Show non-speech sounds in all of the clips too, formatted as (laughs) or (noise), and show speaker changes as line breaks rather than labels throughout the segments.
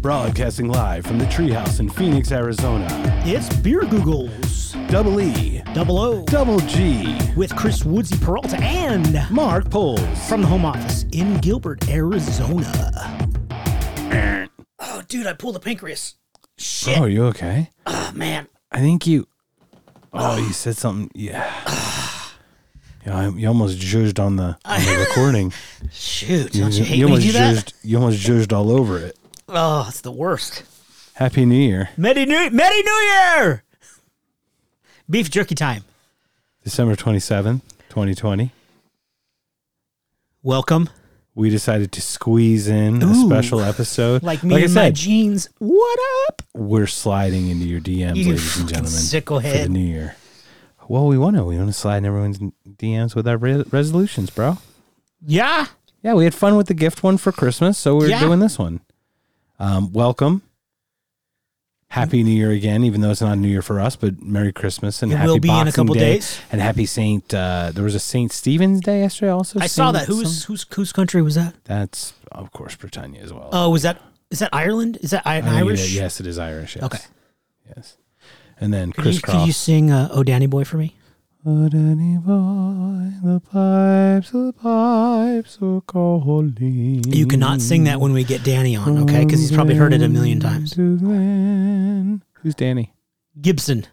Broadcasting live from the treehouse in Phoenix, Arizona.
It's Beer Googles
Double E,
Double O
Double G,
with Chris Woodsy Peralta and
Mark Poles.
from the home office in Gilbert, Arizona. Oh, dude, I pulled a pancreas. Shit,
Oh, are you okay?
oh, man.
I think you. Oh, you said something. Yeah. (sighs) Yeah, I- you almost judged on the, on
(laughs)
the recording.
Shoot, don't you hate when
almost
you do that?
judged. You almost judged all over it.
Oh, it's the worst.
Happy New Year,
Merry New, Merry New Year! Beef jerky time.
December twenty seventh, twenty twenty.
Welcome.
We decided to squeeze in a
Ooh.
special episode.
Like me
I
and my
said,
jeans. What up?
we're sliding into your DMs,
You
ladies and
fucking
gentlemen,
sickle
for the
head.
new year. Well, we want to. We want to slide in everyone's DMs with our re- resolutions, bro.
Yeah.
Yeah, we had fun with the gift one for Christmas, so we're
Yeah.
doing this one. Um, welcome. Happy New Year again, even though it's not New Year for us, but Merry Christmas and
It
Happy
will be in a
Boxing
couple
Day
days.
and Happy Saint. Uh, there was a Saint Stephen's Day yesterday, also.
I saw
Saint
that.
some-
Who's whose whose country was that?
that's of course Britannia as well.
Oh, was that is that Ireland? Is that I-
I think it is-
Irish?
yes, it is Irish. Yes.
Okay.
Yes. And then
Could you,
Chris
could you sing uh, "Oh Danny Boy" for me?
But any boy, the pipes, the pipes are calling.
You cannot sing that when we get Danny on, okay? Because he's probably heard it a million times.
To Glen. Who's Danny?
Gibson,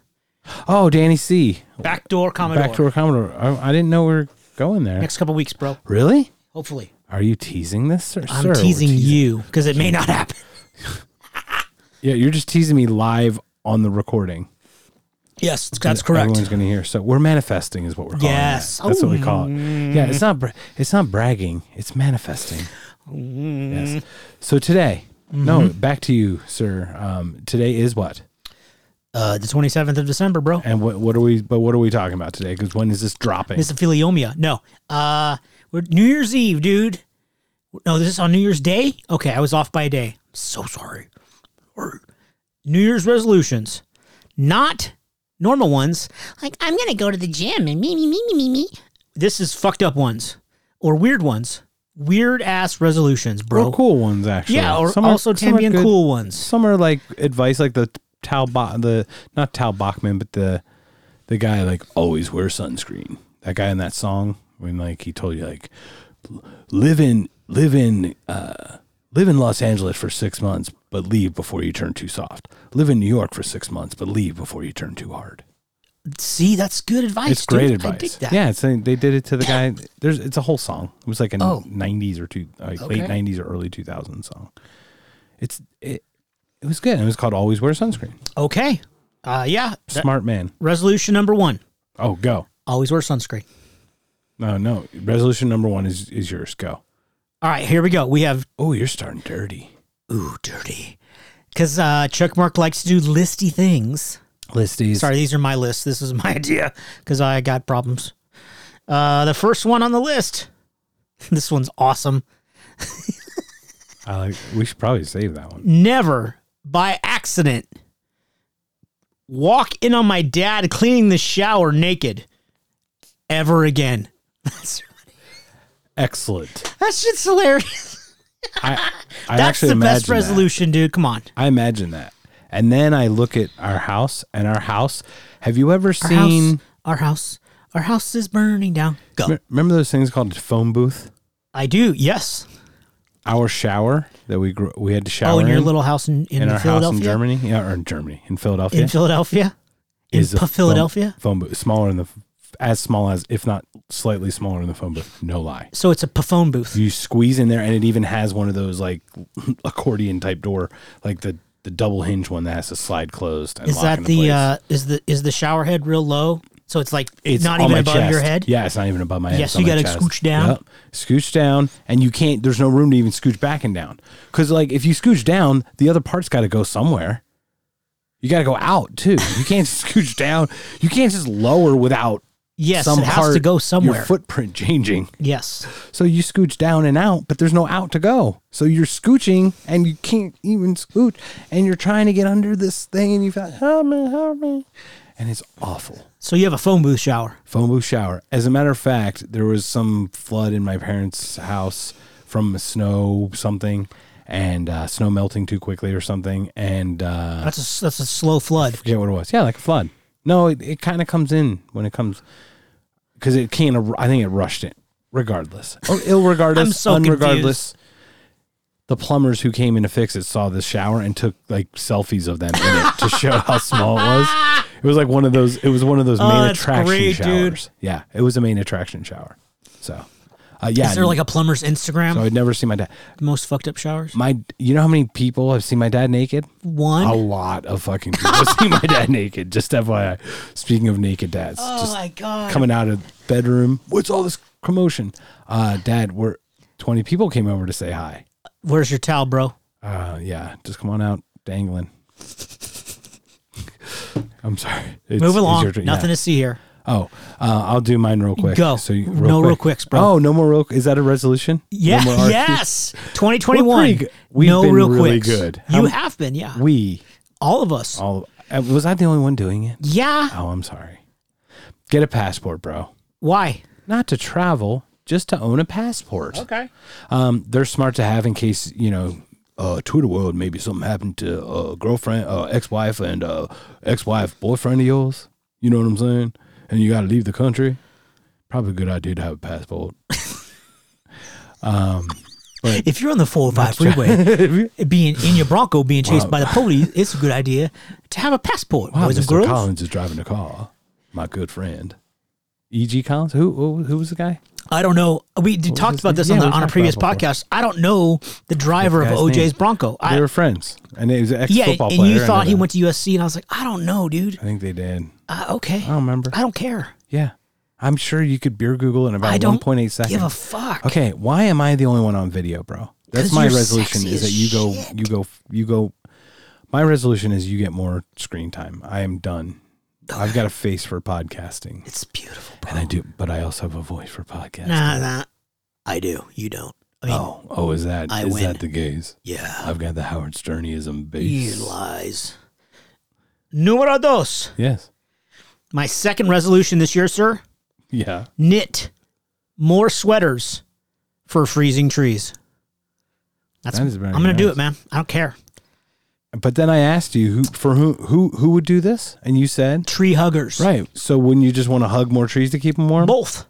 Oh, Danny C.
backdoor Commodore.
Back to our Commodore. I, I didn't know we were going there.
Next couple weeks, bro.
Really?
Hopefully,
Are you teasing this, sir?
I'm
Sir, we're
teasing, you because it may not happen.
Yeah, you're just teasing me live on the recording.
Yes, that's correct.
Everyone's going to hear. So we're manifesting, is what we're calling. that.
Yes. Mm.
that's what we call it. Yeah, it's not. Bra- it's not bragging. It's manifesting.
Mm.
Yes. So today, no,
Mm-hmm.
back to you, sir. Um, today is what,
Uh, the 27th of December, bro.
and what, what are we? But what are we talking about today? Because when is this dropping?
It's a philiomia. No, uh, we're New Year's Eve, dude. No, this is on New Year's Day. Okay, I was off by a day. So sorry. Or- New Year's resolutions, not normal ones. Like I'm gonna go to the gym and me me me me me me. This is fucked up ones or weird ones, weird ass resolutions, bro.
Or cool ones, actually.
Yeah, or
Some are-
also
some are
Tambien
good.
cool ones.
Some are like advice, like the Tal Ba- the not Tal Bachman, but the the guy like always wear sunscreen. That guy in that song when like he told you like l- live in live in uh, live in Los Angeles for six months, but leave before you turn too soft. Live in New York for six months, but leave before you turn too hard.
See, that's good advice.
It's great
dude.
advice.
I dig that.
Yeah, it's a, they did it to the guy. There's it's a whole song. It was like a
Oh.
'90s or two, like
Okay.
late '90s or early 2000s song. It's it, it was good. It was called "Always Wear Sunscreen."
Okay. Uh, yeah. That-
Smart man.
resolution number one:
Oh, go.
always wear sunscreen.
No, no. Resolution number one is is yours. Go.
All right, here we go. We have
Oh, you're starting dirty.
ooh dirty, because uh, Chuck Mark likes to do listy things.
Listies.
Sorry, these are my lists. This is my (laughs) idea because I got problems. Uh, the first one on the list. (laughs) This one's awesome.
I like, we should probably save that one.
Never by accident walk in on my dad cleaning the shower naked ever again. (laughs) That's
Excellent.
that shit's hilarious. (laughs)
I, I
That's
actually
the
imagine
best resolution, dude. Come on.
That. I imagine that. And then I look at our house and our house. Have you ever
Our
seen?
house, our house, our house is burning down. Go.
Me- Remember those things called a phone booth?
I do. Yes.
Our shower that we grew, we had to shower
Oh, in your
in,
little house in, in,
in our house in
Philadelphia.
Germany, yeah, or in Germany, in Philadelphia,
in Philadelphia. In
is a
P- Philadelphia.
phone, phone booth smaller than the as small as if not slightly smaller than the phone booth. No lie,
So it's a p- phone booth.
you squeeze in there, and it even has one of those like (laughs) accordion type door, like the the double hinge one that has to slide closed. And
Is
lock
that
into
the
place.
uh, is the is the shower head real low? So it's like
It's
not
on
even
my
above your
chest.
head.
Yeah, it's not even above my head.
Yes,
It's on
you
my
gotta
chest.
scooch down.
Yep. Scooch down, and you can't. There's no room to even scooch back and down. Because like if you scooch down, the other part's got to go somewhere. You got to go out too. You can't (laughs) scooch down. You can't just lower without
Yes,
some
it has
part
to go somewhere.
Your footprint changing.
yes.
So you scooch down and out, but there's no out to go. So you're scooching and you can't even scooch, and you're trying to get under this thing, and you've got help me, help me, and it's awful
So you have a phone booth shower.
phone booth shower. As a matter of fact, there was some flood in my parents' house from snow something, and uh, snow melting too quickly or something. And uh,
That's a s- that's a slow flood.
forget what it was. Yeah, like a flood. No, it, it kind of comes in when it comes because it can't. ar- I think it rushed it. Regardless,
(laughs)
or ill regardless,
I'm so
unregardless. The plumbers who came in to fix it saw this shower and took like selfies of them in it to show how small it
(laughs)
was. It was like one of those. It was one of those main
Oh, that's
attraction
great, dude.
showers. Yeah, it was a main attraction shower. So, uh, yeah,
Is there like a plumber's Instagram?
so I'd never seen my dad.
Most fucked up showers.
My, you know how many people have seen my dad naked?
One.
a lot of fucking people see my dad (laughs) naked. Just FYI. Speaking of naked dads,
Oh
just
my god.
coming out of bedroom. What's all this commotion? Uh, dad, we're twenty people came over to say hi.
Where's your towel, bro?
Uh, yeah, just come on out, dangling. (laughs) I'm sorry. It's
Move along.
easier to- yeah.
Nothing to see here.
Oh, uh, I'll do mine real quick.
Go.
So you,
No real quicks, bro.
Oh, no more real. Is that a resolution? No
Yeah.
more RFQs?
yes.
We're
2021.
pretty good. We've
no
been
real
really
quicks.
good.
You
How-
have been, yeah.
We
all of us.
all. uh, Was I the only one doing it?
yeah.
Oh, I'm sorry. Get a passport, bro.
Why?
Not to travel, just to own a passport. Okay. Um, they're smart to have in case, you know, uh, to the world, maybe something happened to uh, girlfriend, uh, ex wife, and uh, ex wife boyfriend of yours. You know what I'm saying? And you got to leave the country. Probably a good idea to have a
(laughs)
passport.
If you're on the
(laughs)
405 freeway, being in your Bronco, being chased by the police, it's a good idea to have a passport,
Wow,
boys and
Mr.
girls.
Collins is driving the car. My good friend. E.G. Collins? Who, who, who was the guy?
I don't know. We did, talked
his
about
name?
this
Yeah,
on, the,
we
on a
talked
previous
about it before.
podcast. I don't know the driver of
guy's
OJ's
name.
Bronco.
they
I,
were friends. And he was an ex
yeah,
football
and
player.
you
I
thought
know
he
that.
went to USC, and I was like, I don't know, dude.
I think they did.
Uh, okay,
I don't remember.
I don't care.
Yeah. I'm sure you could beer Google in
I
about
don't
1.8 seconds.
Give a fuck.
okay, why am I the only one on video, bro?
'Cause
That's my
you're
resolution
sexy
is
as
that you go
shit.
you go you go My resolution is you get more screen time. I am done. I've got a face for podcasting.
It's beautiful, bro.
And I do, but I also have a voice for podcasting.
Nah, nah. I do. You don't. I mean,
Oh, oh, is that is
I win.
that the gaze?
yeah.
I've got the Howard Sternism
You
base.
lies. Numero dos.
yes.
My second resolution this year, sir.
Yeah.
knit more sweaters for freezing trees. That's
That is very
I'm gonna do
nice.
it, man. I don't care.
But then I asked you who for who who who would do this? And you said
Tree huggers,
Right. So wouldn't you just want to hug more trees to keep them warm?
Both,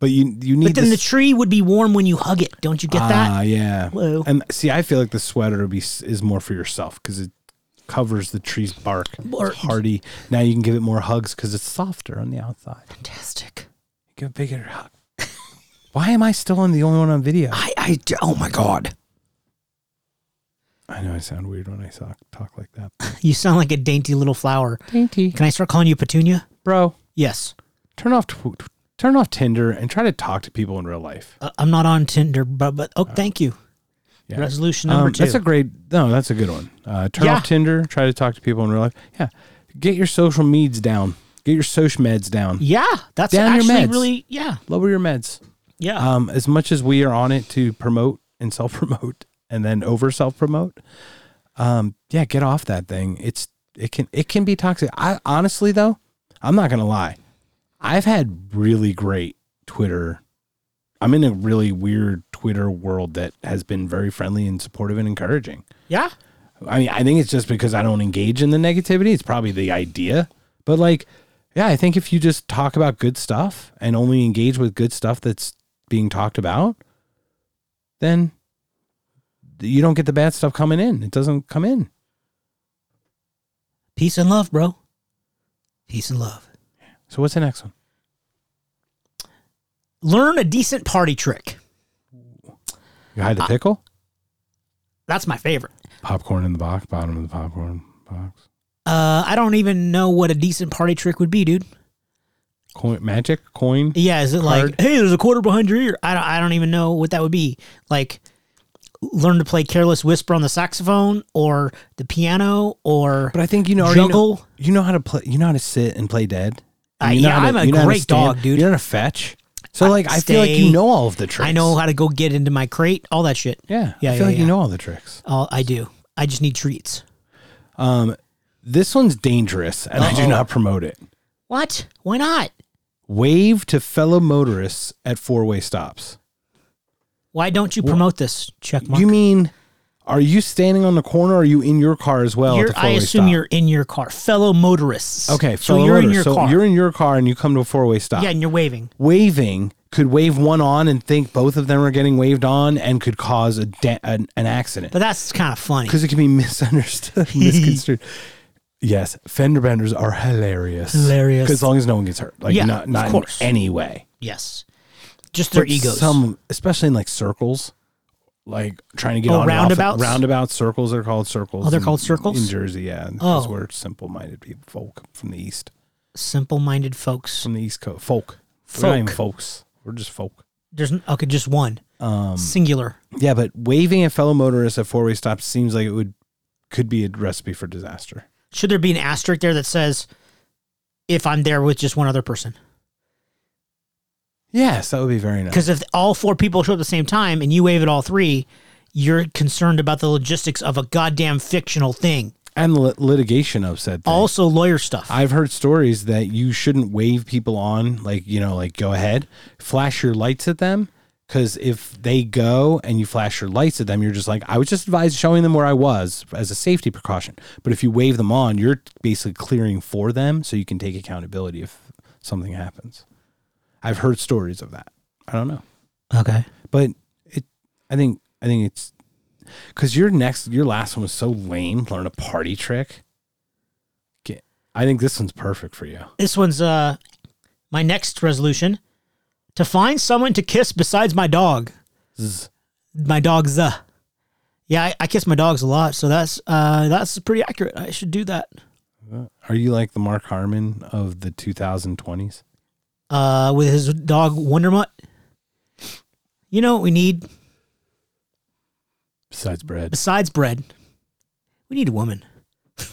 But you you need
but then
this-
the tree would be warm when you hug it. Don't you get that?
Ah, yeah.
Whoa.
And see, I feel like the sweater would be is more for yourself because it covers the tree's bark.
Bark.
It's hardy. Now you can give it more hugs because it's softer on the outside.
Fantastic.
Give a bigger hug. (laughs) Why am I still on the only one on video?
I, I, d- oh my god,
I know I sound weird when I talk, talk like that.
you sound like a dainty little flower. Dainty. Can I start calling you Petunia?
Bro,
Yes.
turn off tw- tw- turn off Tinder and try to talk to people in real life.
Uh, I'm not on Tinder, but but oh, thank you.
Yeah.
Resolution number
Um,
two.
That's a great. No, that's a good one. Uh, turn
Yeah.
off Tinder. Try to talk to people in real life. Yeah, get your social meds down. Get your social meds down.
yeah, that's
Down your
actually
meds.
really yeah
Lower your meds.
yeah.
Um, as much as we are on it to promote and self promote (laughs) and then over self promote, um, yeah, get off that thing. It's it can it can be toxic. I honestly though, I'm not gonna lie, I've had really great Twitter. I'm in a really weird Twitter world that has been very friendly and supportive and encouraging.
yeah.
I mean, I think it's just because I don't engage in the negativity. It's probably the idea. But like, yeah, I think if you just talk about good stuff and only engage with good stuff that's being talked about, then you don't get the bad stuff coming in. It doesn't come in.
Peace and love, bro. Peace and love.
So what's the next one?
Learn a decent party trick.
You hide the pickle?
That's my favorite.
Popcorn in the box, bottom of the popcorn box.
Uh, I don't even know what a decent party trick would be, dude.
Coin magic coin.
Yeah, is it
Card.
like, hey, there's a quarter behind your ear? I don't, I don't even know what that would be. Like, learn to play careless whisper on the saxophone or the piano or
But I think you know already know-
Juggle.
you know how to play. You know how to sit and play dead.
Uh,
You know
yeah,
how to-
I'm a
you know how to
great
stand.
dog, dude.
You know how to fetch. So
I
like, I feel like
stay.
you know all of the tricks.
I know how to go get into my crate, all that shit.
Yeah,
Yeah,
I feel
yeah,
like
yeah.
you know all the tricks. Um,
All I do. I just need treats.
This one's dangerous, and I do not promote it.
What? Why not?
Wave to fellow motorists at four-way stops.
Why don't you promote this? Check mark.
You mean Are you standing on the corner? Or are you in your car as well? at
You're,
the
I
four-way
assume
stop?
you're in your car, fellow motorists.
okay.
so
fellow
you're in
motor.
your
so
car.
you're in your car and you come to a four way stop.
yeah, and you're waving.
Waving could wave one on and think both of them are getting waved on and could cause a da- an, an accident
But that's kind of funny.
because it can be (laughs)
(laughs)
misunderstood, misconstrued. Yes, fender benders are hilarious.
Hilarious.
As long as no one gets hurt, like
Yeah,
not
of
not in
course.
any way.
Yes, just their
But
egos.
Some, especially in like circles, like trying to get
Oh,
on and off-
roundabouts?
roundabout circles. They're called circles.
Oh, they're
in-
called circles?
in Jersey. Yeah, because
Oh.
we're simple-minded people, folk from the east,
Simple-minded folks.
from the east coast, folk. We're not even
Folk.
folks. We're just folk.
There's n- okay, just one
Um,
singular.
yeah, but waving at fellow motorists at four-way stops seems like it would could be a recipe for disaster.
Should there be an asterisk there that says, "If I'm there with just one other person"?
Yes, that would be very nice.
Because if all four people show up at the same time and you wave at all three, you're concerned about the logistics of a goddamn fictional thing.
and the lit- litigation of said thing.
Also, lawyer stuff.
I've heard stories that you shouldn't wave people on, like you know, like go ahead, flash your lights at them, because if they go and you flash your lights at them, you're just like, I was just advised showing them where I was as a safety precaution. But if you wave them on, you're basically clearing for them, so you can take accountability if something happens. I've heard stories of that. I don't know,
okay.
but it, I think, I think it's because your next, your last one was so lame. Learn a party trick. Get, I think this one's perfect for you.
This one's uh my next resolution to find someone to kiss besides my dog.
Zzz.
My dog's uh yeah, I, I kiss my dogs a lot, so that's uh that's pretty accurate. I should do that.
Are you like the Mark Harmon of the 2020s?
Uh with his dog Wondermutt. You know what we need
Besides bread.
besides bread? We need a woman. (laughs)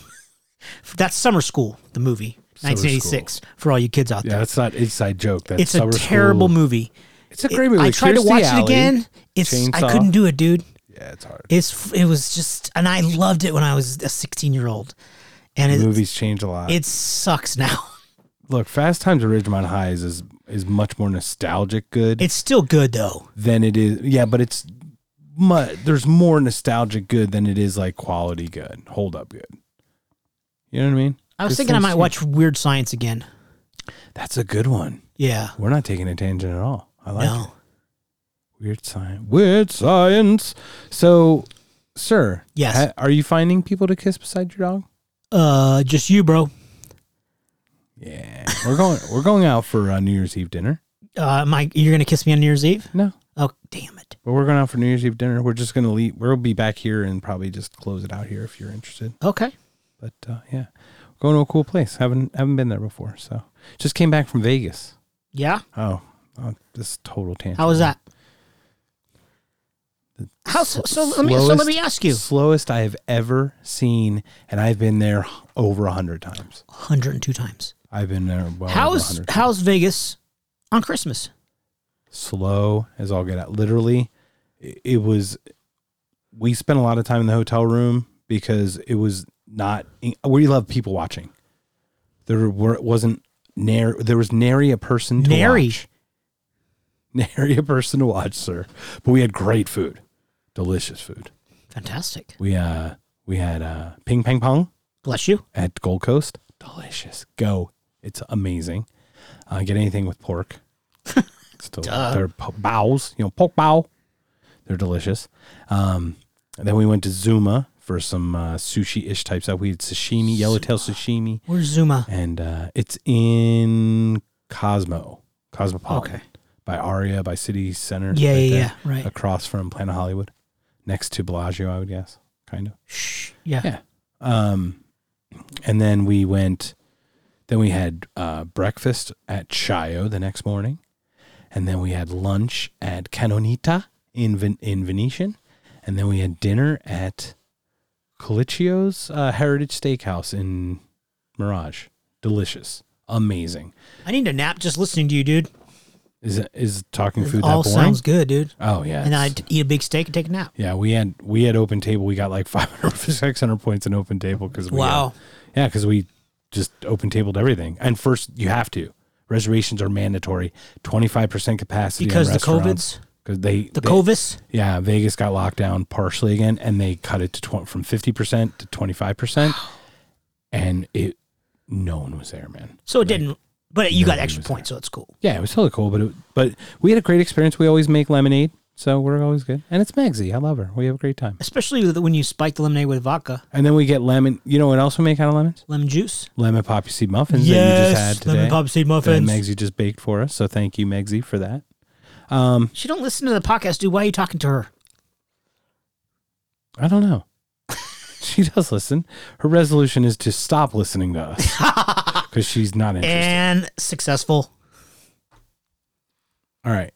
that's Summer School, the movie.
Summer
1986 for all you kids out
Yeah,
there.
that's not inside joke. That's
It's a
summer school.
terrible movie.
It's a great movie.
I tried
Kirstie
to watch
Alley.
it again. It's I
Chainsaw.
couldn't do it, dude.
Yeah, it's hard.
It's it was just, and I loved it when I was a 16 year old, and it
Movies change a lot.
it sucks now. (laughs)
Look, Fast Times at Ridgemont High is, is is much more nostalgic good
It's still good though.
than it is. Yeah, but it's mu- there's more nostalgic good than it is like quality good, hold up good. You know what I mean?
I was
Just
thinking I
things
might
change.
watch Weird Science again.
That's a good one.
Yeah,
We're not taking a tangent at all. I like it.
no,
Weird science. Weird science. So, sir.
Yes.
ha- are you finding people to kiss beside your dog?
uh, just you, bro.
Yeah. We're going. we're going out for uh, New Year's Eve dinner.
Uh, Mike, you're gonna kiss me on New Year's Eve?
No,
Oh, damn it!
but we're going out for New Year's Eve dinner. We're just gonna leave. We'll be back here and probably just close it out here if you're interested.
Okay,
But uh, yeah, going to a cool place. Haven't haven't been there before. So just came back from Vegas.
yeah.
Oh, oh this is total tangent.
How was that? How so? so let me so let
slowest-
me ask you.
Slowest I have ever seen, and I've been there over a hundred times.
102 times.
I've been there. Well
How's
over 100
how's Vegas on Christmas?
slow as all get out. Literally, i- it was. We spent a lot of time in the hotel room because it was not. e-, We love people watching. There were wasn't nary there was nary a person to
Nary.
watch. (laughs) Nary a person to watch, sir. But we had great food, delicious food.
Fantastic.
We uh we had uh ping pong pong
Bless you.
at Gold Coast. Delicious. Go. It's amazing. Uh, get anything with
(laughs)
pork. It's del- They're po- bows, you know, pork bow. They're delicious. Um, and then we went to Zuma for some uh, sushi ish type stuff. We had sashimi, yellowtail sashimi,
Where's Zuma?
and uh, it's in Cosmo, Cosmopolitan,
Okay.
by Aria, by City Center.
Yeah,
right
yeah,
there,
yeah. Right.
Across from Planet Hollywood, next to Bellagio, I would guess, kind of.
Shh. Yeah.
Yeah. Um, and then we went, then we had uh, breakfast at Chayo the next morning, and then we had lunch at Canonita in Ven- in Venetian, and then we had dinner at Colicchio's uh, Heritage Steakhouse in Mirage. Delicious, amazing.
I need a nap just listening to you, dude.
Is it- is talking
It
food
all
that boring?
sounds good, dude.
oh yeah,
And
it's-
I'd eat a big steak and take a nap.
yeah we had we had open table. We got like (laughs) 500, 600 points in open table uh, because Yeah, because we just open tabled everything. And first, you have to. Reservations are mandatory. Twenty five percent capacity in
Because the
restaurants.
COVID's
because they
The
they-
Covis.
Yeah, Vegas got locked down partially again, and they cut it to tw- from fifty percent to twenty five percent, and it no one was there, man.
So it didn't, but you got
Nobody
extra
was
points, so it's cool.
Yeah, it was totally cool, but it, but we had a great experience. We always make lemonade, so we're always good. And it's Megzy, I love her. We have a great time.
Especially with- when you spike the lemonade with vodka,
And then we get lemon. You know what else we make out of lemons?
lemon juice.
Lemon poppy seed muffins that you just had today.
lemon pop seed
that
muffins.
Megzy just baked for us. So thank you, Megzy, for that. Um,
She don't listen to the podcast, dude. Why are you talking to her?
I don't know. (laughs) she does listen. Her resolution is to stop listening to us
(laughs)
because she's not interested.
And successful.
All right.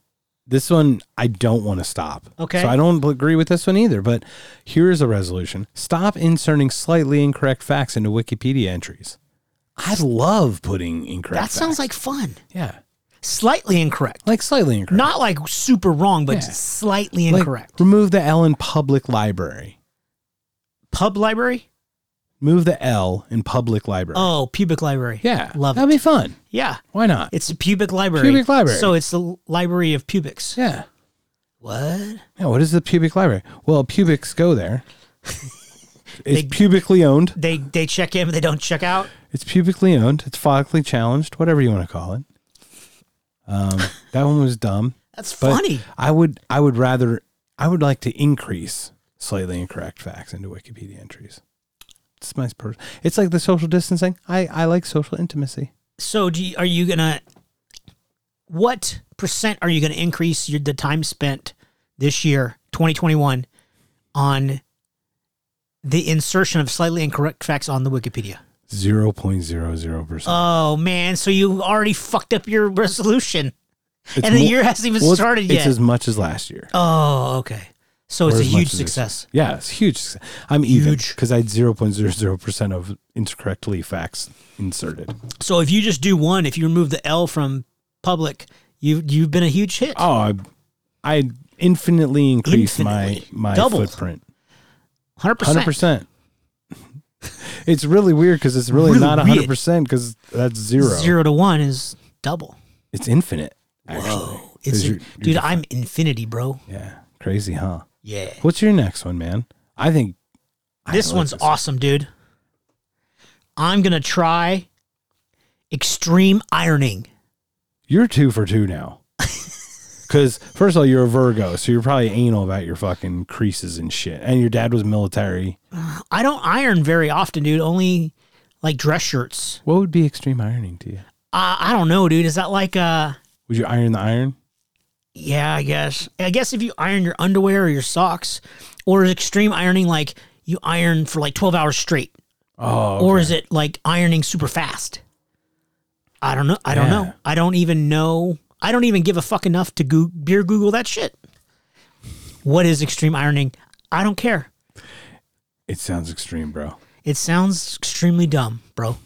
This one I don't want to stop.
Okay.
So I don't agree with this one either, but here is a resolution. Stop inserting slightly incorrect facts into Wikipedia entries. I love putting incorrect
That sounds
facts.
like fun.
Yeah.
Slightly incorrect.
Like slightly incorrect.
Not like super wrong, but
Yeah.
slightly
Like,
incorrect.
remove the L in public library.
Pub library?
Move the L in public library.
Oh, pubic library.
yeah.
Love
That'd
it.
be fun.
yeah.
Why not?
It's a pubic library.
Pubic library.
So it's the l- library of pubics.
Yeah.
What?
Yeah, what is the pubic library? Well, pubics go there. it's
(laughs) They-
pubically owned.
They they check in, but they don't check out.
It's pubically owned. It's follically challenged, whatever you want to call it. Um, (laughs) that one was dumb.
That's
But
funny.
I would I would rather I would like to increase slightly incorrect facts into Wikipedia entries. It's my person. It's like the social distancing. I, I like social intimacy.
So do you, are you gonna? What percent are you gonna increase your the time spent this year, 2021, on the insertion of slightly incorrect facts on the Wikipedia?
Zero point zero zero percent.
Oh man! So you already fucked up your resolution, and the year hasn't even started
it's,
yet.
It's as much as last year.
oh, okay. So it's
Or
a
as much
huge
as this year.
success.
Yeah, it's huge. success. I'm even
Huge.
because I had zero point zero zero percent of incorrectly facts inserted.
So if you just do one, if you remove the L from public, you you've been a huge hit.
Oh, I, I infinitely increased
Infinitely.
my my
Doubled.
footprint.
100%.
Hundred percent. (laughs) It's really weird because it's really,
Really
not
weird.
hundred percent because that's zero.
Zero to one is double.
It's infinite. Actually,
Oh, it's
'Cause
a-
you're- you're
dude. I'm infinity, bro.
yeah, crazy, huh?
Yeah,
What's your next one, man? I think I
this
like
one's awesome, dude. I'm gonna try extreme ironing.
You're two for two now. (laughs) Because first of all, you're a Virgo, so you're probably anal about your fucking creases and shit. And your dad was military.
I don't iron very often, dude. Only like dress shirts.
What would be extreme ironing to you?
Uh, I don't know, dude. Is that like uh?
Would you iron the iron?
Yeah, I guess. I guess if you iron your underwear or your socks, or is extreme ironing like you iron for like 12 hours straight,
Oh,
or is it like ironing super fast? I don't know. I don't
Yeah.
know. I don't even know. I don't even give a fuck enough to goo beer Google that shit. What is extreme ironing? I don't care.
it sounds extreme, bro.
It sounds extremely dumb, bro.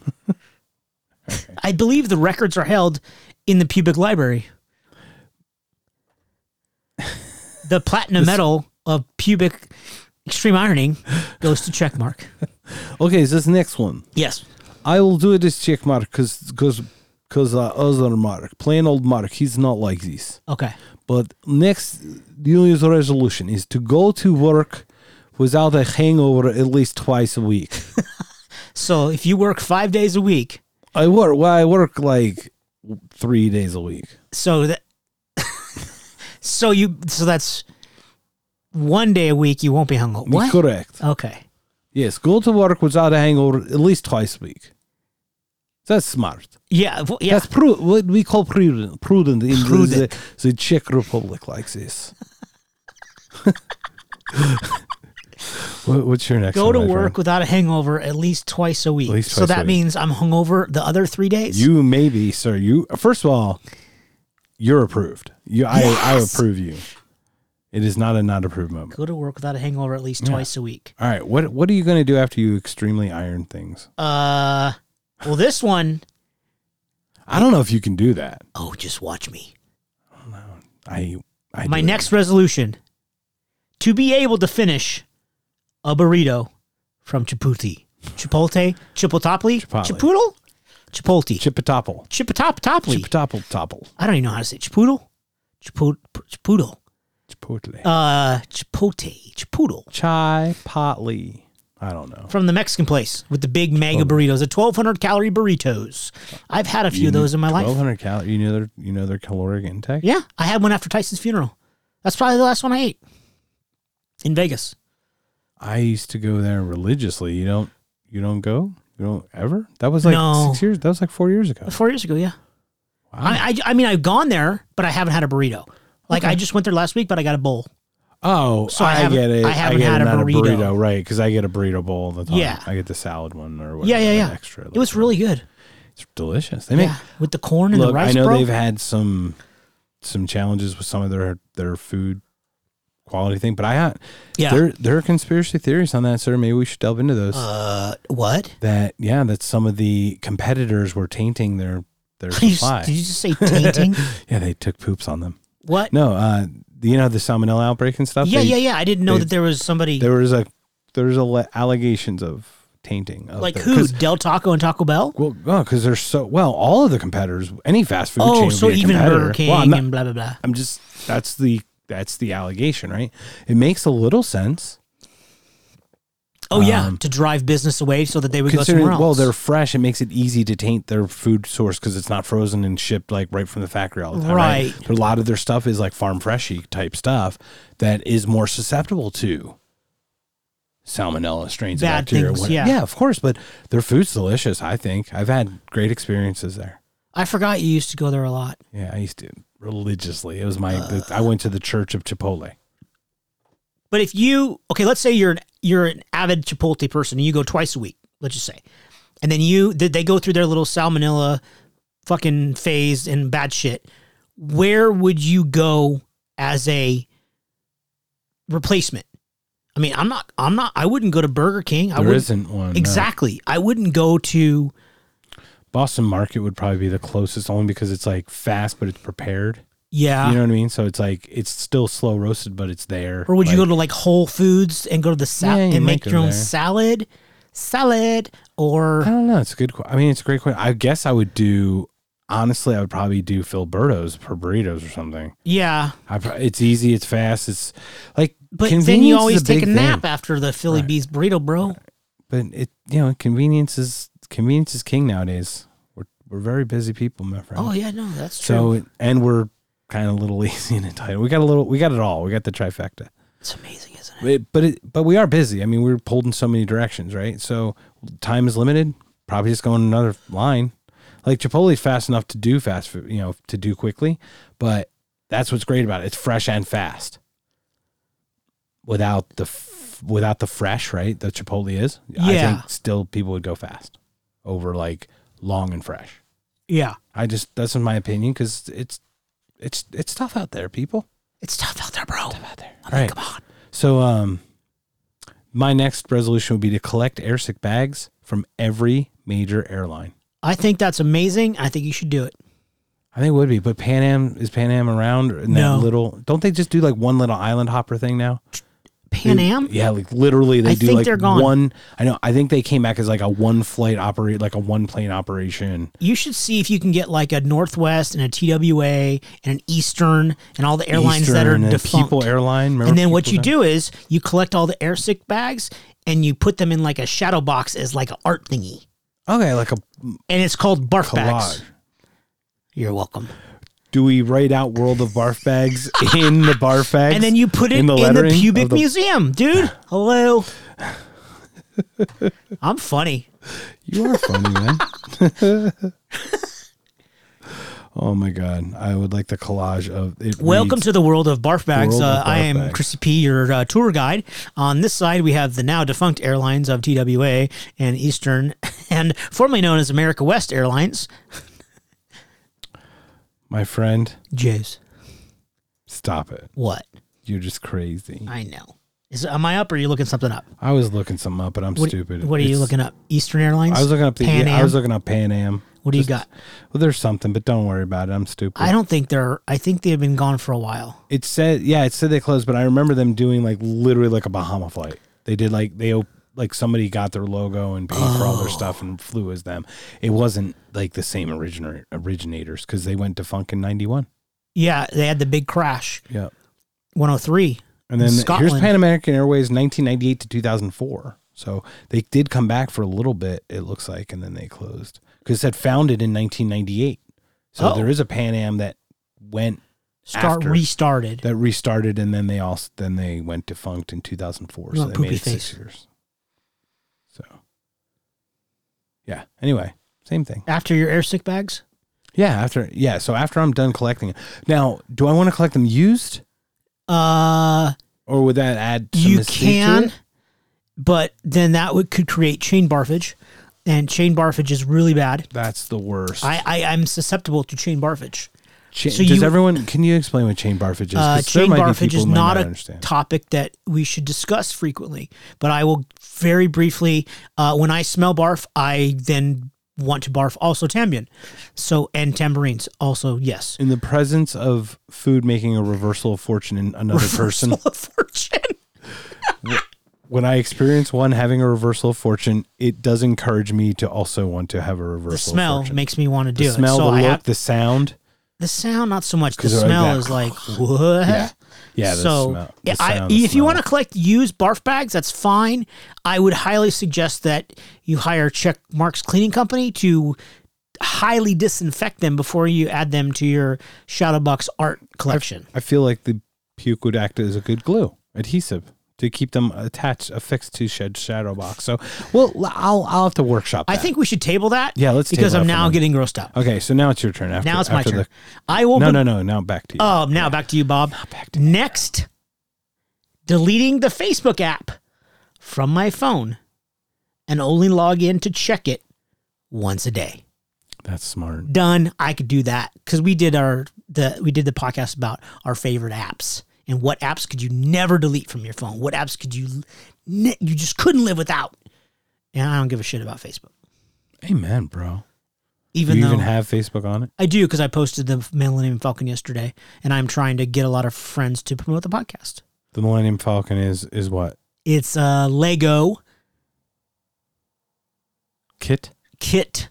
(laughs) I believe the records are held in the pubic library. The platinum medal of pubic extreme ironing goes to checkmark.
Okay, so this next one.
Yes.
I will do this check mark because because because uh, other mark, plain old mark, he's not like this.
Okay.
But next New Year's resolution is to go to work without a hangover at least twice a week.
So if you work five days a week,
I work. Well, I work like three days a week.
so that (laughs) so you so that's one day a week you won't be hungover. What?
Correct.
Okay.
Yes, go to work without a hangover at least twice a week. That's smart.
Yeah. well, Yeah.
That's pru- what we call prudent. Prudent in
Prudent.
The, the Czech Republic like this. (laughs) What- What's your next?
go
one,
to
my friend?
work without a hangover at least twice a week.
At least
so
twice a
that
week.
means I'm hungover the other three days.
You maybe, sir. You first of all, you're approved. You, I, I
Yes.
approve you. It is not a not approved moment.
go to work without a hangover at least twice a week.
All right. What What are you going to do after you extremely iron things?
Uh, well, this one,
I don't know if you can do that.
oh, just watch me.
I. I
My
do it.
next resolution to be able to finish a burrito from Chipotle. Chipotle? Chipotle?
Chipotle.
Chipotle? Chipotle.
Chipotople.
Chipotop Topley.
Chipotople. Topple.
I don't even know how to say it. Chipoodle? Chipood- Chipoodle.
Chipotle.
Uh, chipotle, chipotle
Chai Potley. I don't know.
from the Mexican place with the big mega burritos, the 1,200 calorie burritos. I've had a few of those in my
Twelve
life.
hundred calories. You know their you know their caloric intake.
Yeah, I had one after Tyson's funeral. That's probably the last one I ate in Vegas.
I used to go there religiously. You don't you don't go. You don't ever. That was like
No.
six years. That was like four years ago.
Four years ago, yeah. I, I, I mean, I've gone there, but I haven't had a burrito. Like, I just went there last week, but I got a bowl.
Oh,
So I
I,
haven't-
get it.
I haven't
get
had
it,
a
not
burrito.
right? Because I get a burrito bowl all the time.
Yeah.
I get the salad one or whatever.
Yeah, yeah,
that
yeah.
Extra.
It was
like,
really good.
it's delicious. They make
yeah, with the corn and
look.
the rice,
I know
bro.
they've had some some challenges with some of their their food quality thing, but I had
yeah.
there there are conspiracy theories on that, sir. Maybe we should delve into those.
uh, what? (laughs)
that yeah, that some of the competitors were tainting their their
Did (laughs) you,
supply.
did you just
(laughs)
say tainting?
yeah, they took poops on them.
what?
No, uh, you know the salmonella outbreak and stuff.
yeah,
They-
yeah, yeah. I didn't know
they-
that there was somebody
There was a there was a le- allegations of tainting. Of
like
the-
who?
'cause-
Del Taco and Taco Bell.
Well, because they're so well. All of the competitors, any fast food chain,
Oh,
would
so
be a
even Burger
competitor.
King
Well, I'm, not-
and blah blah blah.
I'm just that's the that's the allegation, right? It makes a little sense.
Oh yeah,
Um,
to drive business away so that they would go
Considering,
somewhere else.
well, they're fresh. It makes it easy to taint their food source because it's not frozen and shipped like right from the factory all the time. Right.
Right.
But a lot of their stuff is like farm freshy type stuff that is more susceptible to salmonella strains, of
Bad
bacteria.
things,
whatever.
yeah.
yeah, of course. But their food's delicious. I think I've had great experiences there.
I forgot you used to go there a lot.
Yeah, I used to religiously. It was my.
Uh.
the, I went to the Church of Chipotle.
But if you okay, let's say you're an you're an avid Chipotle person and you go twice a week, let's just say, and then you did they go through their little salmonella fucking phase and bad shit. Where would you go as a replacement? I mean, I'm not I'm not I wouldn't go to Burger King. I
There
wouldn't
isn't one no.
exactly. I wouldn't go to
Boston Market would probably be the closest, only because it's like fast, but it's prepared.
yeah.
You know what I mean? So it's like it's still slow roasted, but it's there.
Or would you go
Like,
to like Whole Foods and go to the sal-
Yeah, you
and
might
make
go
your own
there.
salad? Salad or
I don't know. It's a good. que- I mean, it's a great question. I guess I would do. Honestly, I would probably do Filberto's for burritos or something.
yeah,
I, pro- it's easy. It's fast. It's like
but then
convenience
you
is
always take a
big
nap
thing.
after the Philly Bees burrito, bro.
But it, you know, convenience is convenience is king nowadays. We're we're very busy people, my friend.
Oh yeah, no, that's true.
so it- and we're kind of a little (laughs) lazy and entitled. We got a little. We got it all. We got the trifecta.
it's amazing, isn't it?
It, but it, but we are busy. I mean, we're pulled in so many directions, right? So time is limited. Probably just going another line. Like Chipotle's fast enough to do fast food, you know, to do quickly. But that's what's great about it. It's fresh and fast. Without the f- without the fresh, right? The Chipotle is. I
Yeah.
think still people would go fast over like long and fresh.
Yeah,
I just that's in my opinion because it's it's it's tough out there, people.
it's tough out there, bro.
Out there,
I mean,
right?
come on.
So, um, my next resolution would be to collect airsick bags from every major airline.
I think that's amazing. I think you should do it.
I think it would be, but Pan Am is Pan Am around in
No.
that little. Don't they just do like one little island hopper thing now?
Pan Am.
Yeah, like literally they
I
do
think
like
they're gone.
one. I know. I think they came back as like a one flight operate, like a one plane operation.
You should see if you can get like a Northwest and a TWA and an Eastern and all the airlines that are
Eastern and
defunct.
People Airline. Remember
And then what
People
you
Air-
do is you collect all the airsick bags and you put them in like a shadow box as like an art thingy.
Okay, like a
And it's called barf
collage.
bags. You're welcome.
Do we write out World of Barf Bags (laughs) in the barf bags?
And then you put it in
in the
the,
lettering
pubic
of the-
museum, dude.
(sighs)
Hello. I'm funny.
You are funny, man.
(laughs)
oh my god, I would like the collage of it.
Welcome
reads-
to the world of barf bags.
World of
uh, I
barf
am
bags.
Chrissy P, your uh, tour guide. On this side, we have the now defunct airlines of TWA and Eastern, (laughs) and formerly known as America West Airlines.
my friend.
Jays.
Stop it!
What?
You're just crazy.
I know. Is am I up or are you looking something up?
I was looking something up, but I'm
What,
stupid.
What are you
It's-
looking up? Eastern Airlines.
I was looking up the.
Pan
yeah, I
Am?
was looking up Pan Am.
What do you got?
Well, there's something, but don't worry about it. I'm stupid.
I don't think they're. I think they've been gone for a while.
it said, yeah, it said they closed, but I remember them doing like literally like a Bahama flight. They did like they op- like somebody got their logo and paid for all their stuff and flew as them. It wasn't like the same originator originators because they went defunct in '91.
Yeah, they had the big crash.
Yeah.
103.
And then
Scotland.
here's Pan American Airways 1998 to 2004. So they did come back for a little bit, it looks like, and then they closed because it said founded in 1998. So
Oh.
there is a Pan Am that went
Start
After.
restarted.
that restarted, and then they also then they went defunct in 2004.
You
So
want
they made
poopy
it six
face.
years. So yeah. Anyway, same thing.
After your air sick bags?
Yeah. After yeah. So after I'm done collecting it, now do I want to collect them used,
Uh,
or would that add? Some
you
mystique to it?
can, but then that would could create chain barfage, and chain barfage is really bad.
That's the worst.
I, I I'm susceptible to chain barfage.
Cha-
So
does
you-
everyone? Can you explain what chain barfage is?
Uh,
'Cause there
chain
might be
barfage
people
is
who might
not a
understand.
topic that we should discuss frequently, but I will very briefly. Uh, when I smell barf, I then want to barf. Also, Tambien, so and tambourines. Also, yes.
In the presence of food making a reversal of fortune in
(laughs)
another person,
Full of fortune.
when I experience one having a reversal of fortune, it does encourage me to also want to have a reversal.
The smell
of fortune.
makes me want to do
the
it.
smell,
so
the
I
look,
have,
the sound.
the sound, not so much. The
'Cause they're like
smell
that.
is like what?
Yeah, yeah. The
so
smell, the
yeah, I-
sound, the
if you
smell.
want to collect used barf bags, that's fine. I would highly suggest that you hire Check Marks Cleaning Company to highly disinfect them before you add them to your Shadowbox art collection.
I feel like the puke would act as a good glue adhesive to keep them attached, affixed to shed shadow box. So, well, I'll I'll have to workshop.
I
that.
think we should table that.
Yeah, let's
because
table
I'm
that for
now
now.
getting grossed out.
Okay, so now it's your turn. After
now it's my
after
turn.
the-
I will.
no, no, no. Now back to you.
Oh, now back to you, Bob. Next, deleting the Facebook app from my phone and only log in to check it once a day.
That's smart.
Done. I could do that because we did our the we did the podcast about our favorite apps and what apps could you never delete from your phone. What apps could you ne- you just couldn't live without. And I don't give a shit about Facebook,
Amen, bro. Do
even
you
though
even have Facebook on it?
I do because I posted the Millennium Falcon yesterday, and I'm trying to get a lot of friends to promote the podcast.
The Millennium Falcon is is what
It's a Lego
kit.
kit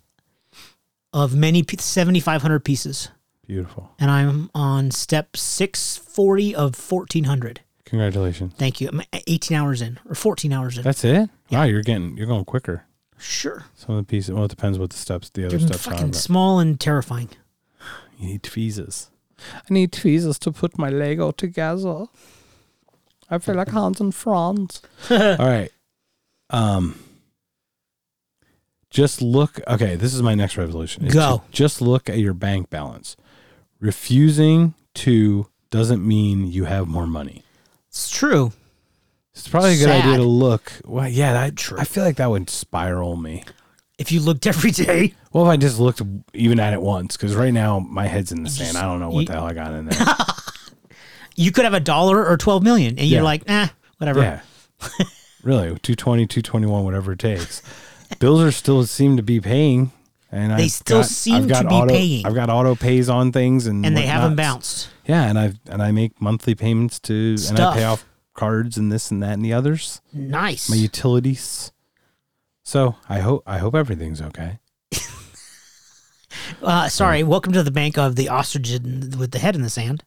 of many pi- 7,500 pieces,
Beautiful.
and I'm on step 640 of 1,400.
Congratulations.
Thank you. I'm 18 hours in or 14 hours in.
That's it. Wow, you're getting you're going quicker.
Sure,
Some of the pieces. Well, it depends what the steps the other
they're
steps are.
fucking
but
small and terrifying.
You need tweezers. I need tweezers to put my Lego together. I feel like Hans and Franz. (laughs) All right. Um. Just look. Okay, this is my next resolution. is to
Go.
Just look at your bank balance. Refusing to doesn't mean you have more money.
It's true.
It's probably a good
Sad.
idea to look. Well, yeah, that,
True.
I feel like that would spiral me.
If you looked (laughs) every day,
Well, if I just looked even at it once, because right now my head's in the sand.
just-
I don't know what
you-
the hell I got in
(laughs)
there.
you could have a dollar or 12 million, and
Yeah.
you're like, nah, whatever.
yeah. (laughs) really, 220, 221, whatever it takes. Bills are still seem to be paying. And
They
I've
still
got-
seem
I've got
to be
auto,
paying.
I've got auto pays on things, and
And they haven't
whatnots.
bounced.
Yeah, and I've and I make monthly payments to, and I
Stuff.
pay off cards and this and that and the others,
Nice.
my utilities. So I hope I hope everything's okay.
Uh, sorry, welcome to the bank of the ostrich in- with the head in the sand.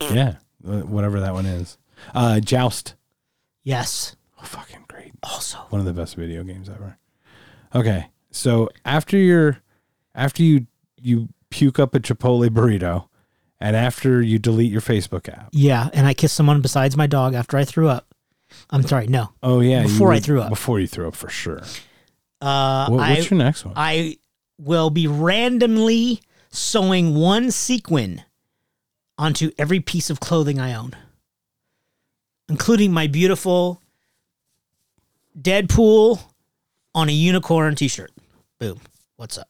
Yeah, wh- whatever that one is. Uh, Joust.
Yes.
Oh, fucking great!
Also,
One of the best video games ever. Okay, so after your, after you you puke up a Chipotle burrito, and after you delete your Facebook app.
yeah, and I kissed someone besides my dog after I threw up. I'm sorry, no.
Oh yeah, you
Before I
would-
threw up.
Before you threw up for sure.
Uh,
What,
I
what's your next one?
I will be randomly sewing one sequin onto every piece of clothing I own, including my beautiful Deadpool on a unicorn T-shirt. Boom. What's up?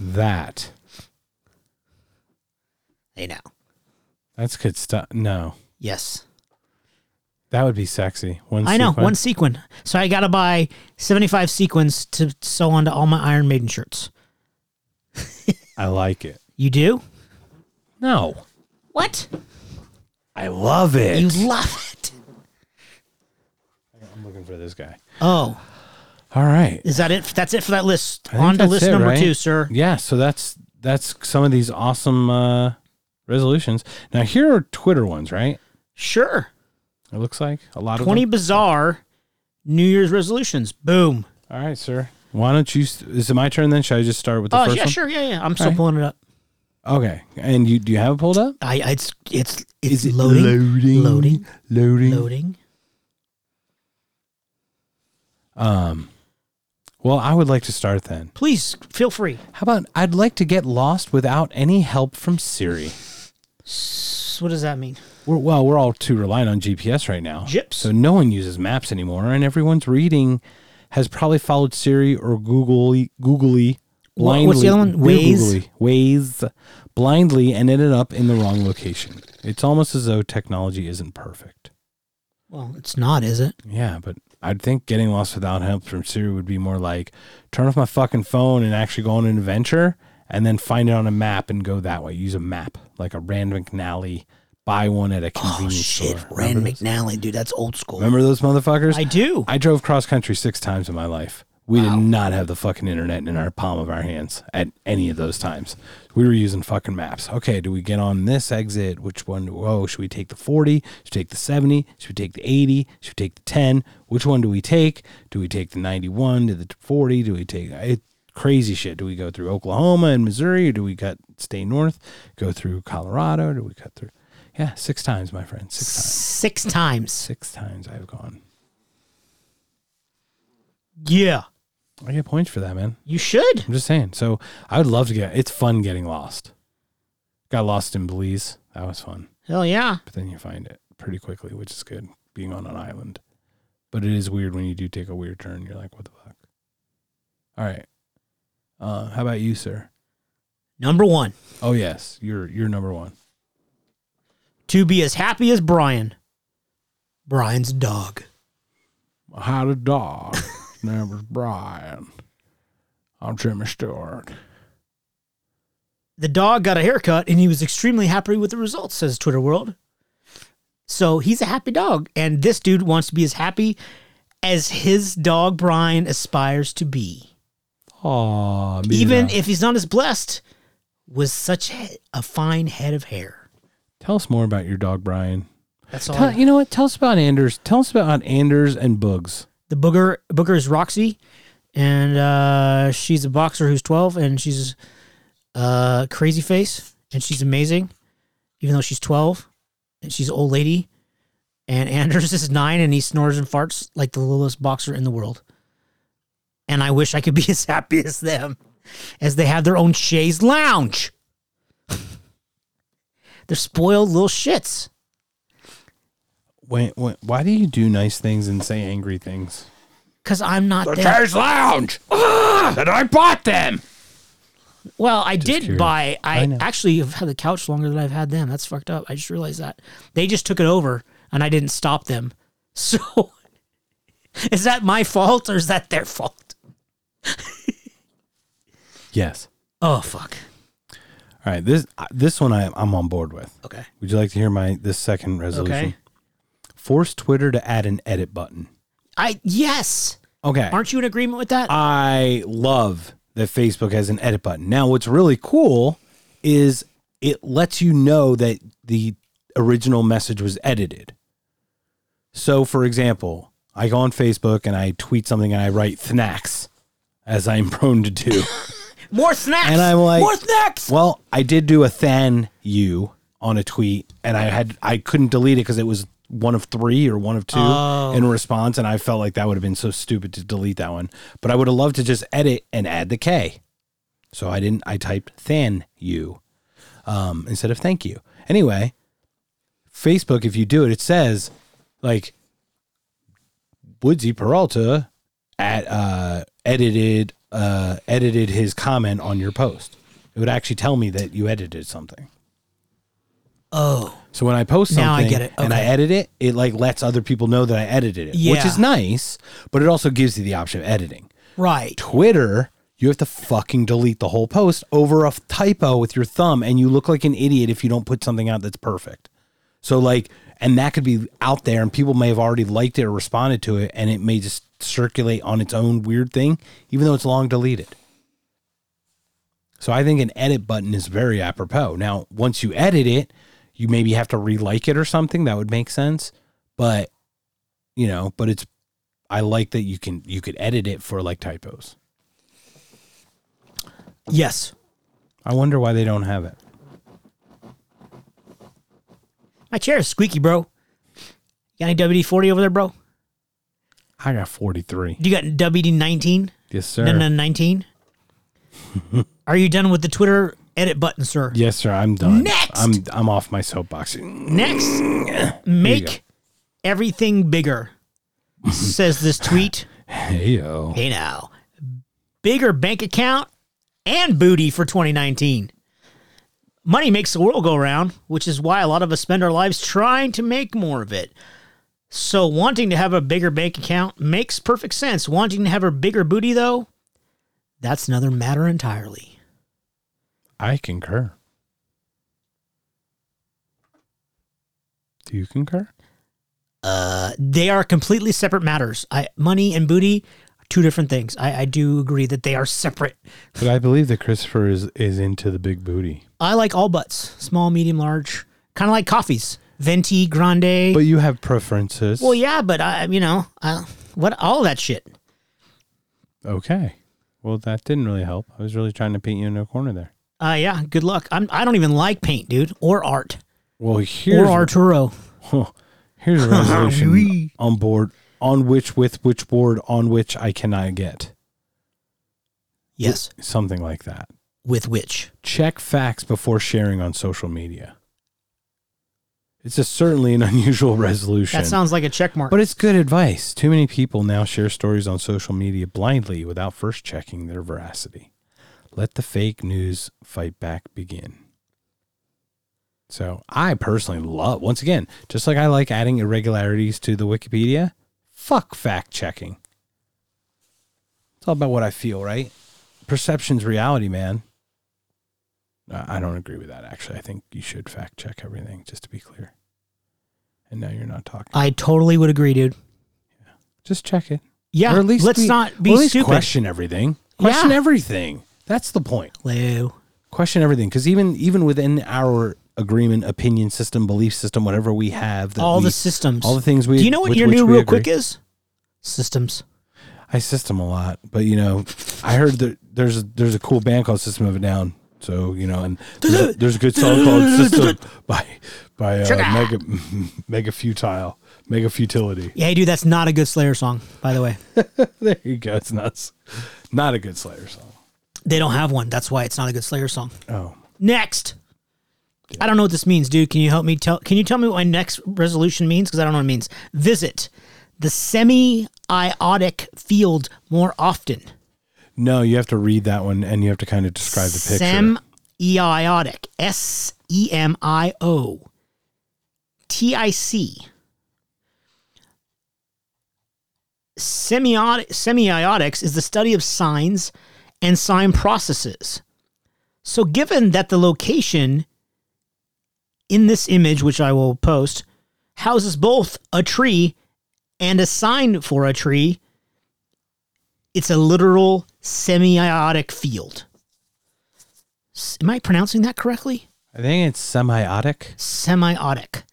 that
Hey now.
that's good stuff. No,
Yes.
that would be sexy. One
I know
sequin.
one sequin. So I gotta buy seventy-five sequins to sew onto all my Iron Maiden shirts.
I like it.
You do
No,
what?
I love it.
You love it.
I'm looking for this guy.
Oh,
All right.
is that it? That's it for that list.
I think
On to
that's
list
it,
number
right?
two, sir.
Yeah, so that's that's some of these awesome uh, resolutions. Now here are Twitter ones, right?
Sure.
It looks like a lot of
20
them.
bizarre New Year's resolutions. Boom.
All right, sir. Why don't you? st- Is it my turn then? Should I just start with the
Oh,
first
yeah,
one?
sure. Yeah, yeah. I'm still
right.
pulling it up.
Okay. And you do you have it pulled up?
I, it's, it's, it's loading,
loading?
Loading.
Loading.
loading.
Um. Well, I would like to start then.
Please feel free.
How about I'd like to get lost without any help from Siri?
S- What does that mean?
We're, well, we're all too reliant on GPS right now.
Jips.
So no one uses maps anymore, and everyone's reading has probably followed Siri or Googly, Googly
Wha-
blindly.
what's the other one?
they're
Waze?
Googly, Waze blindly and ended up in the wrong location. It's almost as though technology isn't perfect.
Well, it's not, is it?
Yeah, but I'd think getting lost without help from Siri would be more like turn off my fucking phone and actually go on an adventure and then find it on a map and go that way. Use a map, like a Rand McNally, buy one at a
Oh,
convenience
shit.
store.
Rand
Remember those-
McNally, dude. That's old school.
Remember those motherfuckers?
I do.
I drove cross country six times in my life. We did not have the fucking internet in our palm of our hands at any of those times. We were using fucking maps. Okay, do we get on this exit? Which one? Oh, should we take the 40? Should we take the 70? Should we take the 80? Should we take the 10? Which one do we take? Do we take the 91? Do the 40? Do we take it? Crazy shit. Do we go through Oklahoma and Missouri? Or do we cut stay north? Go through Colorado? Do we cut through? Yeah, six times, my friend. Six times.
Six times.
Six times I've gone.
Yeah.
I get points for that, man.
You should.
I'm just saying. So I would love to get. It's fun getting lost. Got lost in Belize. That was fun,
Hell yeah.
but then you find it pretty quickly, which is good. Being on an island, but it is weird when you do take a weird turn. You're like, what the fuck? All right. Uh, how about you, sir?
Number one,
Oh yes, you're you're number one.
to be as happy as Brian. Brian's dog.
I had a dog. His name was Brian. I'm Jimmy Stewart.
The dog got a haircut and he was extremely happy with the results, says Twitter World. So he's a happy dog. And this dude wants to be as happy as his dog Brian aspires to be.
Aw, Mira.
Even if he's not as blessed with such he- a fine head of hair.
tell us more about your dog, Brian.
That's all. I
Tell,
know.
you know what? Tell us about Anders. Tell us about Anders and Bugs.
the booger booger is Roxy, and uh, she's a boxer who's twelve, and she's uh, crazy face, and she's amazing, even though she's twelve, and she's an old lady. And (laughs) Anders is nine, and he snores and farts like the littlest boxer in the world. And I wish I could be as happy as them, as they have their own chaise lounge. (laughs) They're spoiled little shits.
When, when, why do you do nice things and say angry things?
Cause I'm not there.
Lounge! And I bought them!
Well, I did
curious.
buy. I,
I know.
actually have had the couch longer than I've had them. That's fucked up. I just realized that they just took it over, and I didn't stop them. (laughs) So, is that my fault or is that their fault?
Yes.
Oh fuck.
All right. This uh, this one I, I'm on board with.
Okay.
Would you like to hear my this second resolution?
Okay.
Force Twitter to add an edit button.
I yes.
Okay.
Aren't you in agreement with that?
I love that Facebook has an edit button. Now, what's really cool is it lets you know that the original message was edited. So, for example, I go on Facebook and I tweet something and I write snacks, as I'm (laughs) prone to do.
More snacks.
and I'm like-
more snacks.
well, I did do a than you on a tweet, and I had I couldn't delete it because it was one of three or one of two
Oh.
in response, and I felt like that would have been so stupid to delete that one. But I would have loved to just edit and add the K. So I didn't. I typed than you um, instead of thank you. Anyway, Facebook, if you do it, it says like Woodsy Peralta at uh, edited uh, edited his comment on your post. It would actually tell me that you edited something.
Oh,
So when I post something
Now I get it.
and I
Okay.
edit it, it like lets other people know that I edited it, which
Yeah.
is nice, but it also gives you the option of editing.
right.
Twitter, you have to fucking delete the whole post over a typo with your thumb, and you look like an idiot if you don't put something out that's perfect. So, like, and that could be out there, and people may have already liked it or responded to it, and it may just circulate on its own weird thing, even though it's long deleted. So I think an edit button is very apropos. Now, once you edit it, you maybe have to re-like it or something. That would make sense. But you know, but it's I like that you can you could edit it for like typos.
Yes.
I wonder why they don't have it.
My chair is squeaky, bro. You got any WD 40 over there, bro?
I got 43.
You got WD 19?
Yes, sir.
No, no, 19? (laughs) Are you done with the Twitter edit button, sir?
Yes, sir. I'm done.
Next!
I'm I'm off my soapbox. It
Next, make everything bigger, says this tweet.
Heyo.
(laughs) Hey now, bigger bank account and booty for 2019. Money makes the world go round, which is why a lot of us spend our lives trying to make more of it. So, wanting to have a bigger bank account makes perfect sense. Wanting to have a bigger booty, though, that's another matter entirely.
I concur. Do you concur?
Uh, they are completely separate matters. I, money and booty are two different things. I, I do agree that they are separate.
But I believe that Christopher is is into the big booty.
I like all butts, small, medium, large, kind of like coffees, venti, grande.
But you have preferences.
well, yeah, but I, you know, I, what all that shit.
Okay. Well, that didn't really help. I was really trying to paint you into a corner there.
Uh, yeah, good luck. I'm, I don't even like paint, dude, or art,
Well, here's
or
(laughs)
Arturo.
Huh. here's
(laughs)
a resolution on board on which with which board on which I cannot get
Yes,
something like that.
with which.
Check facts before sharing on social media. It's a certainly an unusual resolution.
That sounds like a check mark.
But it's good advice. Too many people now share stories on social media blindly without first checking their veracity. Let the fake news fight back begin. So I personally love, once again, just like I like adding irregularities to the Wikipedia, fuck fact checking. It's all about what I feel, right? Perception's reality, man. I I don't agree with that, actually. I think you should fact check everything, just to be clear. And now you're not talking.
I totally would agree, dude.
Just check it.
Yeah,
Or at least
let's
we-
not be
or at least
stupid.
Question everything. Question
Yeah.
everything. That's the point.
Lou.
Question everything because even even within our agreement, opinion system, belief system, whatever we have, that
all
we-
the systems.
all the things we.
Do you know what
with
your
which
new
we
real
agree-
quick is? Systems.
I system a lot, but you know, I heard that there's a, there's a cool band called System of a Down. So you know, and there's a, there's a good song called System by by uh,
Sugar.
mega (laughs) mega futile mega futility. (laughs)
Yeah, dude, that's not a good Slayer song, by the way.
There you go. It's not not a good Slayer song.
they don't have one. That's why it's not a good Slayer song.
Oh.
Next. I don't know what this means, dude. Can you help me tell can you tell me what my next resolution means? Because I don't know what it means. Visit the semi iotic field more often.
No, you have to read that one and you have to kind of describe the picture.
Sem iotic. S E M I O T I C. Semiotic, semiotics is the study of signs and sign processes. So, given that the location in this image, which I will post, houses both a tree and a sign for a tree, it's a literal semiotic field. S- Am I pronouncing that correctly?
I think it's semiotic.
Semiotic.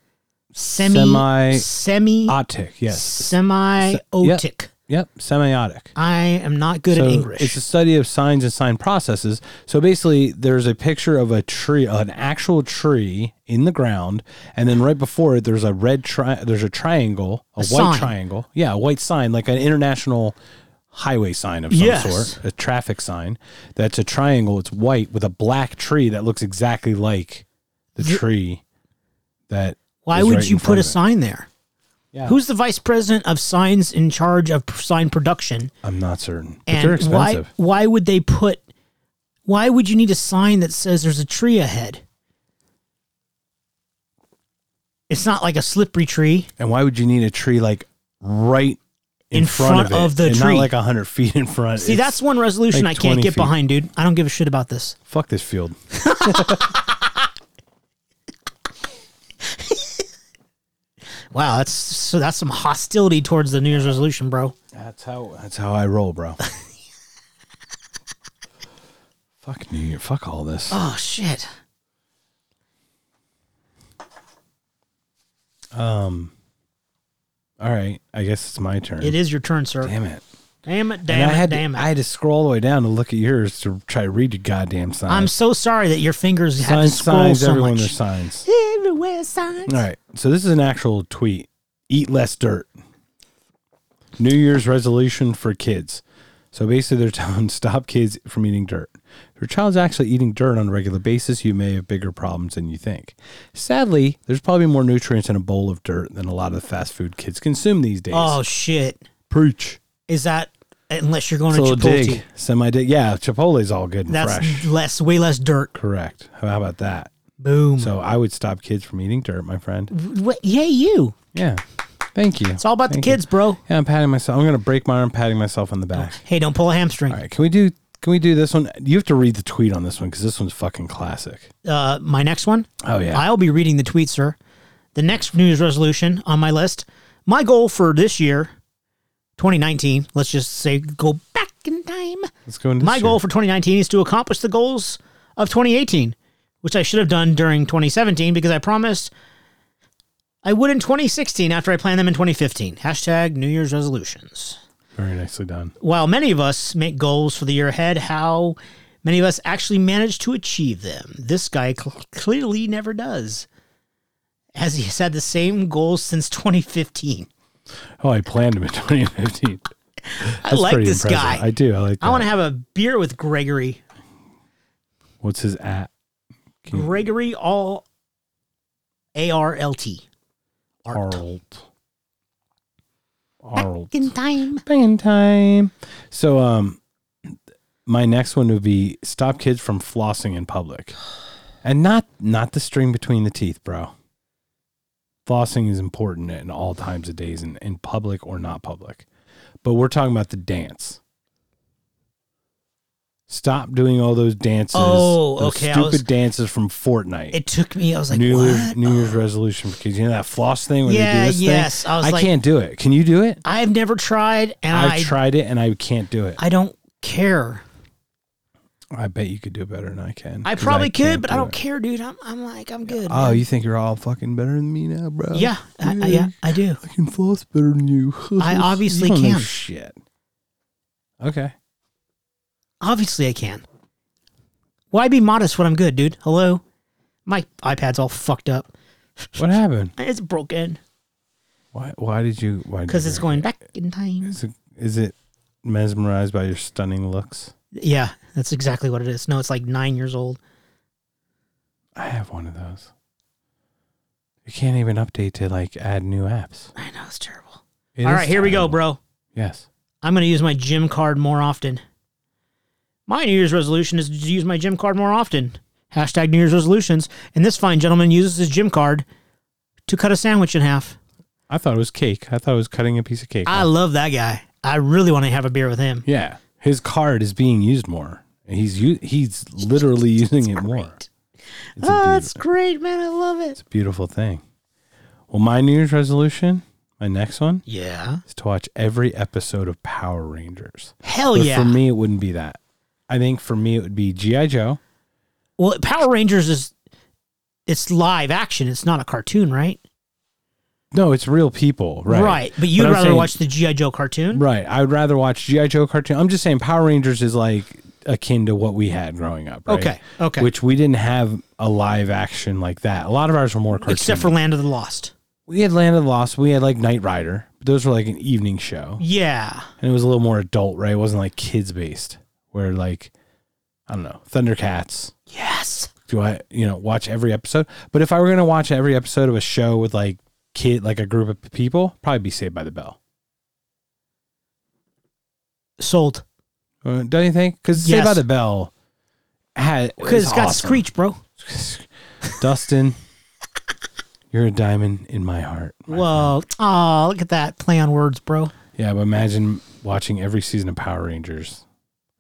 Semi,
Semi-
semi,
Otic, yes.
semiotic.
Yep, semiotic.
I am not good
So
at English.
It's a study of signs and sign processes. So basically, there's a picture of a tree, an actual tree in the ground, and then right before it, there's a red tri- there's a triangle, a, white
A sign.
triangle, yeah, a white sign, like an international highway sign of some
Yes.
sort, a traffic sign. That's a triangle. It's white with a black tree that looks exactly like the tree that.
Why
is
would
right in
you
front
put a
of it.
sign there?
Yeah.
Who's the vice president of signs in charge of p- sign production?
I'm not certain, but they're
And why
expensive.
why would they put why would you need a sign that says there's a tree ahead? It's not like a slippery tree.
And why would you need a tree like right in,
In
front,
front
of, it
of the
and
tree.
Not like hundred feet in front.
See,
It's-
that's one resolution
like
I can't
20
get
feet.
behind, dude. I don't give a shit about this.
(laughs) fuck this field.
Wow, that's so that's some hostility towards the New Year's resolution, bro.
That's how that's how I roll, bro. (laughs) Fuck New Year. Fuck all this.
Oh shit.
Um. All right. I guess it's my turn.
It is your turn, sir. Damn,
Damn it.
it,
And
damn
I
it,
had
damn
to,
it.
I had to scroll all the way down to look at yours to try to read your goddamn sign.
I'm so sorry that your fingers have to
signs,
scroll
signs,
so
everyone,
much.
there's signs.
Everywhere signs.
All right. So this is an actual tweet. Eat less dirt. New Year's resolution for kids. So basically, they're (laughs) telling stop kids from eating dirt. If your child's actually eating dirt on a regular basis, you may have bigger problems than you think. Sadly, there's probably more nutrients in a bowl of dirt than a lot of the fast food kids consume these days.
Oh shit.
preach!
Is that unless you're going
It's a little
to Chipotle?
dig, semi dig. Yeah, Chipotle's all good and
That's (laughs)
fresh.
less, way less dirt.
Correct. How about that?
Boom.
So I would stop kids from eating dirt, my friend.
What, yay, you.
Yeah. Thank you.
Mm-hmm. It's all about the
Thank you.
kids, bro.
Yeah, I'm patting myself. I'm gonna break my arm patting myself on the back.
Hey, don't pull a hamstring.
All right, can we do? Can we do this one? You have to read the tweet on this one because this one's fucking classic.
Uh, my next one.
Oh, yeah.
I'll be reading the tweet, sir. The next New Year's resolution on my list. My goal for this year, 2019. Let's just say go back in time.
Let's go into
My
this
goal
year.
for 2019 is to accomplish the goals of 2018, which I should have done during 2017 because I promised I would in 2016 after I planned them in 2015. Hashtag New Year's resolutions.
Very nicely done.
While many of us make goals for the year ahead, how many of us actually manage to achieve them? This guy cl- clearly never does, as he has had the same goals since 2015.
Oh, I planned him in (laughs) 2015.
(laughs) I like this guy.
I do. I like. That.
I want to have a beer with Gregory.
What's his at? Can you-
Gregory all A R L T. Art.
Arlt. Arlt.
Back in time.
Back in time. So, um, my next one would be stop kids from flossing in public, and not not the string between the teeth, bro. Flossing is important in all times of days, in, in public or not public. But we're talking about the dance. Stop doing all those dances.
Oh,
those
okay, I
Stupid
was-
dances from Fortnite.
It took me. I was like,
New Year's,
what?
New Year's resolution for kids. You know that floss thing where
Yeah,
they do this
yes.
thing?
I was like-
can't do it. Can you do it?
I've never tried, and
I've
I
tried it and I can't do it.
I don't care.
I bet you could do better than I can.
I
'cause
probably could,
can't
but
do
I don't
it.
care, dude. I'm I'm like I'm good.
Oh,
man.
you think you're all fucking better than me now, bro?
yeah, I, I, yeah, I do.
I can floss better than you. (laughs)
I
You
obviously
don't know
can.
Shit. Okay.
Obviously, I can. Why be modest when I'm good, dude? Hello, my iPad's all fucked up.
What happened?
It's broken
Why? Why did you? Why? did
because
you-
it's going back in time.
Is it, is it mesmerized by your stunning looks?
Yeah, that's exactly what it is. No, it's like nine years old.
I have one of those. You can't even update to like add new apps.
I know it's terrible.
It
all
is
right, here we go,
terrible.
bro.
Yes.
I'm going to use my gym card more often. My New Year's resolution is to use my gym card more often. Hashtag New Year's resolutions. And this fine gentleman uses his gym card to cut a sandwich in half.
I thought it was cake. I thought it was cutting a piece of cake.
I love that guy. I really want to have a beer with him.
Yeah, his card is being used more. He's u- he's literally using it more.
Great.
It's, a,
Oh,
beau-
that's great, man. I love it.
it's a beautiful thing. Well, my New Year's resolution, my next one,
Yeah.
is to watch every episode of Power Rangers.
Hell
but
Oh, yeah.
for me, it wouldn't be that. I think for me, it would be GI Joe.
well, Power Rangers is it's live action. It's not a cartoon, right?
No, it's real people, right?
But you'd
I'm
rather
saying-
watch the G.I. Joe cartoon?
Right, I would rather watch GI Joe cartoon. I'm just saying, Power Rangers is like akin to what we had growing up. Right?
Okay, okay.
Which we didn't have a live action like that. A lot of ours were more cartoon.
Except for Land of the Lost.
We had Land of the Lost. We had like Knight Rider. But those were like an evening show,
Yeah.
and it was a little more adult, right? It wasn't like kids based. Where like, I don't know, Thundercats.
Yes.
Do I, you know, watch every episode? But if I were gonna watch every episode of a show with like kid, like a group of people, probably be Saved by the Bell.
Sold.
Uh, Don't you think? Because Saved by
Yes.
the Bell had
Because
is
it's got
awesome.
Screech, bro.
(laughs) Dustin, you're a diamond in my heart. my
Whoa. Oh, look at that play on words, bro.
Yeah, but imagine watching every season of Power Rangers.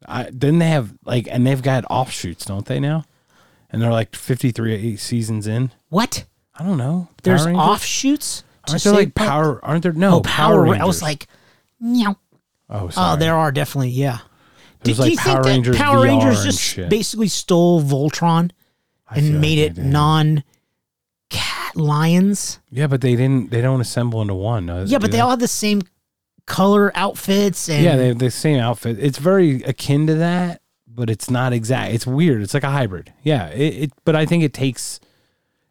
I then they have like and they've got offshoots, don't they now? And they're like 53 seasons in.
What?
I don't know.
There's
Power Rangers?
offshoots? to
Aren't there
say-
like power? Aren't there no
Oh, power. I
Rangers.
was like, no.
oh, sorry.
Oh, there are definitely, yeah.
It was
Do
like
you
Power
think
Rangers,
that Power
VR
Rangers
and
just
shit.
basically stole Voltron
I feel
and
like
made
they
it
did.
non cat lions?
Yeah, but they didn't. They don't assemble into one. uh,
Yeah,
do
but they all had the same color outfits and
Yeah, they have the same outfit. It's very akin to that, but it's not exact. It's weird. It's like a hybrid. Yeah, it, it but I think it takes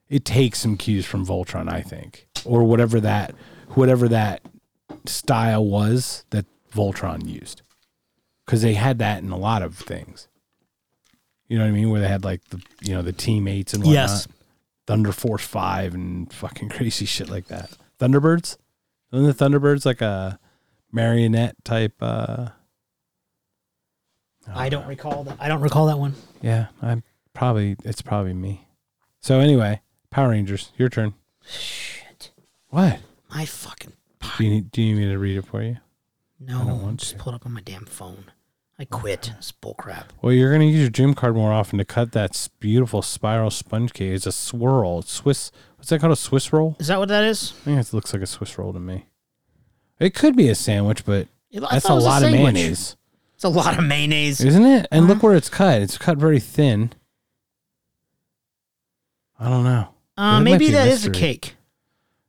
it takes some cues from Voltron, I think, or whatever that whatever that style was that Voltron used. Cuz they had that in a lot of things. You know what I mean? Where they had like the you know the teammates and whatnot.
Yes.
Thunder Force 5 and fucking crazy shit like that. Thunderbirds? Isn't the Thunderbirds like a marionette type uh Oh,
I don't recall that. I don't recall that one.
yeah, I'm probably it's probably me. So anyway, Power Rangers, your turn.
Shit.
What?
My fucking
Do you need do you need me to read it for you?
no.
don't want
just
to.
pull it up on my damn phone. I quit. It's bullcrap.
Well, you're gonna use your gym card more often to cut that s- beautiful spiral sponge cake. It's a swirl. It's Swiss what's that called? A Swiss roll?
Is that what that is?
I think it looks like a Swiss roll to me. It could be a sandwich, but
It- I
that's
thought
a
it was
lot of
sandwich.
mayonnaise.
It's a lot of mayonnaise.
Isn't it? And
Uh-huh.
look where it's cut. It's cut very thin. I don't know. it
uh,
might
maybe
be a
that is a
mystery.
cake.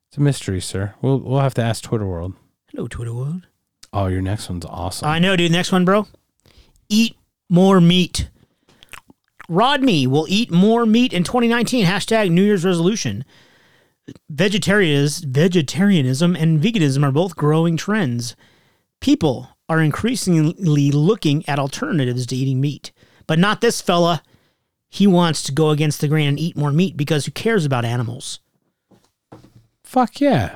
It's a mystery, sir. We'll we'll have to ask Twitter World.
Hello, Twitter world.
Oh, your next one's awesome.
I know, dude. Next one, bro. Eat more meat. Rodney will eat more meat in 2019. Hashtag New Year's resolution. Vegetarians, vegetarianism and veganism are both growing trends. People are increasingly looking at alternatives to eating meat, but not this fella. He wants to go against the grain and eat more meat because who cares about animals?
Fuck yeah.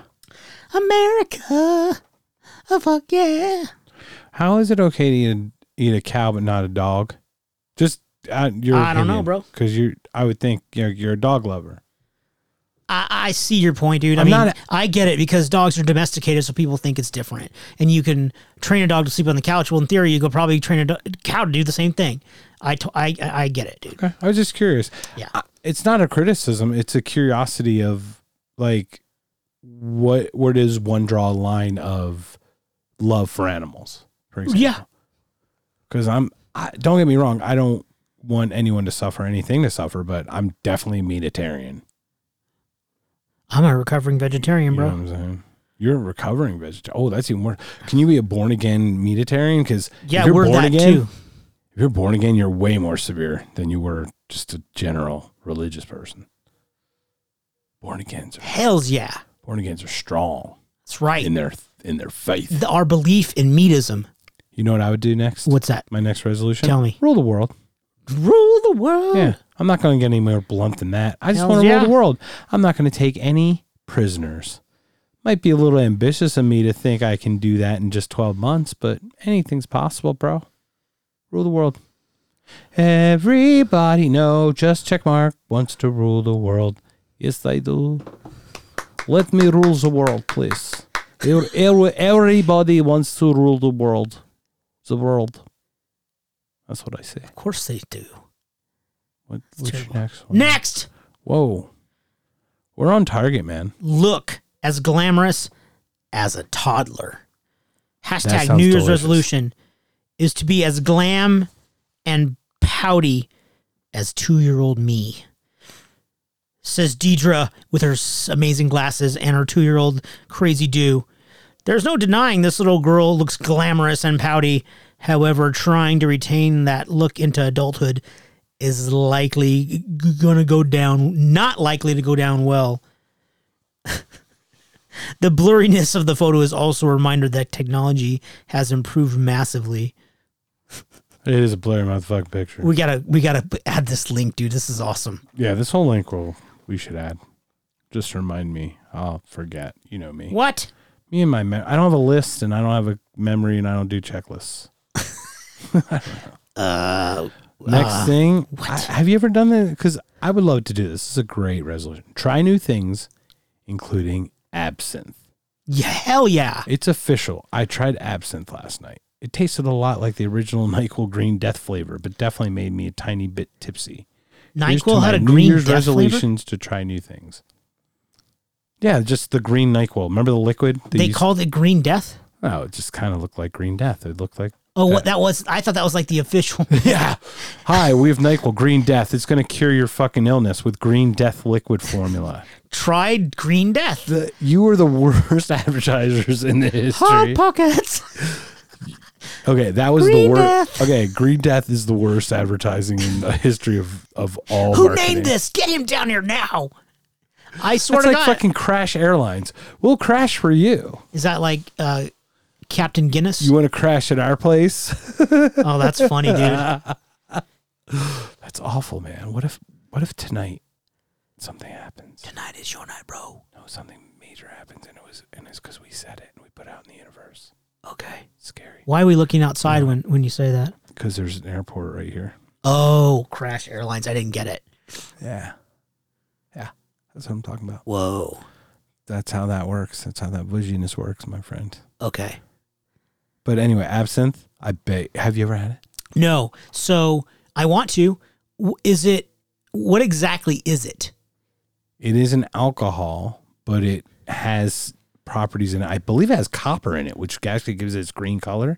America. Oh, fuck yeah.
How is it okay to eat a, eat a cow but not a dog? Just uh, your
I don't know, bro.
Because you, I would think you're you're a dog lover.
I, I see your point, dude. I
I'm
mean,
not-
I get it because dogs are domesticated, so people think it's different. And you can train a dog to sleep on the couch. Well, in theory, you could probably train a do- cow to do the same thing. I, to- I, I I get it, dude.
Okay. I was just curious.
Yeah.
I- It's not a criticism. It's a curiosity of like what where does one draw a line of love for animals? For example.
Yeah.
Because I'm I, don't get me wrong. I don't want anyone to suffer anything to suffer, but I'm definitely meatitarian.
I'm a recovering vegetarian,
You know
bro.
what I'm saying? You're a recovering vegetarian. Oh, that's even worse. Can you be a born again meatitarian? Because
Yeah,
you're
we're
born
that
again,
too.
if you're born again, you're way more severe than you were just a general religious person. Born agains, are,
Hells yeah.
born agains are strong
That's right.
in their in their faith.
The- our belief in meatism.
You know what I would do next?
What's that?
my next resolution?
Tell me.
rule the world.
Rule the world.
Yeah, I'm not going to get any more blunt than that. I just
Hells
want to
yeah.
rule the world. I'm not going to take any prisoners. Might be a little ambitious of me to think I can do that in just 12 months, but anything's possible, bro. Rule the world. Everybody know just check mark wants to rule the world. Yes, I do. Let me rule the world, please. Ev- ev- Everybody wants to rule the world. The world. That's what I say.
Of course they do.
What, what's your
terrible.
next one?
Next,
Whoa. We're on target, man.
look as glamorous as a toddler. Hashtag
sounds
New Year's
delicious.
resolution is to be as glam and pouty as two year old me. Says Deidre with her s- amazing glasses and her two year old crazy do. There's no denying this little girl looks glamorous and pouty. However, trying to retain that look into adulthood is likely g- going to go down, not likely to go down well. The blurriness of the photo is also a reminder that technology has improved massively.
It is a blurry motherfucking picture.
We gotta we gotta p- add this link, dude. This is awesome.
yeah, this whole link will we should add. Just remind me. I'll forget. You know me.
What?
Me and my mem- I don't have a list and I don't have a memory and I don't do checklists.
Uh,
Next
uh,
thing, I- have you ever done that? Because I would love to do this. This is a great resolution. Try new things, including absinthe.
yeah, hell yeah.
It's official. I tried absinthe last night. It tasted a lot like the original (laughs) Nyquil Green Death flavor, but definitely made me a tiny bit tipsy. Here's to
Nyquil had
my
a
New
green
Year's
death flavor.
resolutions to try new things. Yeah, just the green Nyquil. Remember the liquid?
They
used-
called it green death.
oh, it just kind of looked like Green Death. It looked like
Oh, what that was? I thought that was like the official.
(laughs) Yeah. Hi, we have NyQuil Green Death. It's going to cure your fucking illness with Green Death liquid formula.
tried Green Death.
The, you are the (laughs) worst advertisers in the history.
Hot pockets.
Okay, that was the
Green
worst.
Death.
Okay, Green Death is the worst advertising in the history of of all.
Who
marketing.
named this? Get him down here now. I swear
That's
to
like
God.
fucking Crash Airlines. We'll crash for you.
Is that like uh, Captain Guinness?
You want to crash at our place?
oh, that's funny,
(laughs)
dude.
That's awful, man. What if what if tonight something happens?
Tonight is your night, bro.
No, something major happens, and it was and it's because we said it and we put it out in the universe.
Okay.
It's scary
Why are we looking outside when, when you say that?
because there's an airport right here.
Oh, Crash Airlines. I didn't get it.
Yeah, yeah. That's what I'm talking about.
Whoa.
That's how that works. That's how that bouginess works, my friend.
Okay.
But anyway, absinthe. I bet. Have you ever had it?
No. So I want to. W- Is it, what exactly is it?
It is an alcohol, but it has properties in it. I believe it has copper in it, which actually gives it its green color.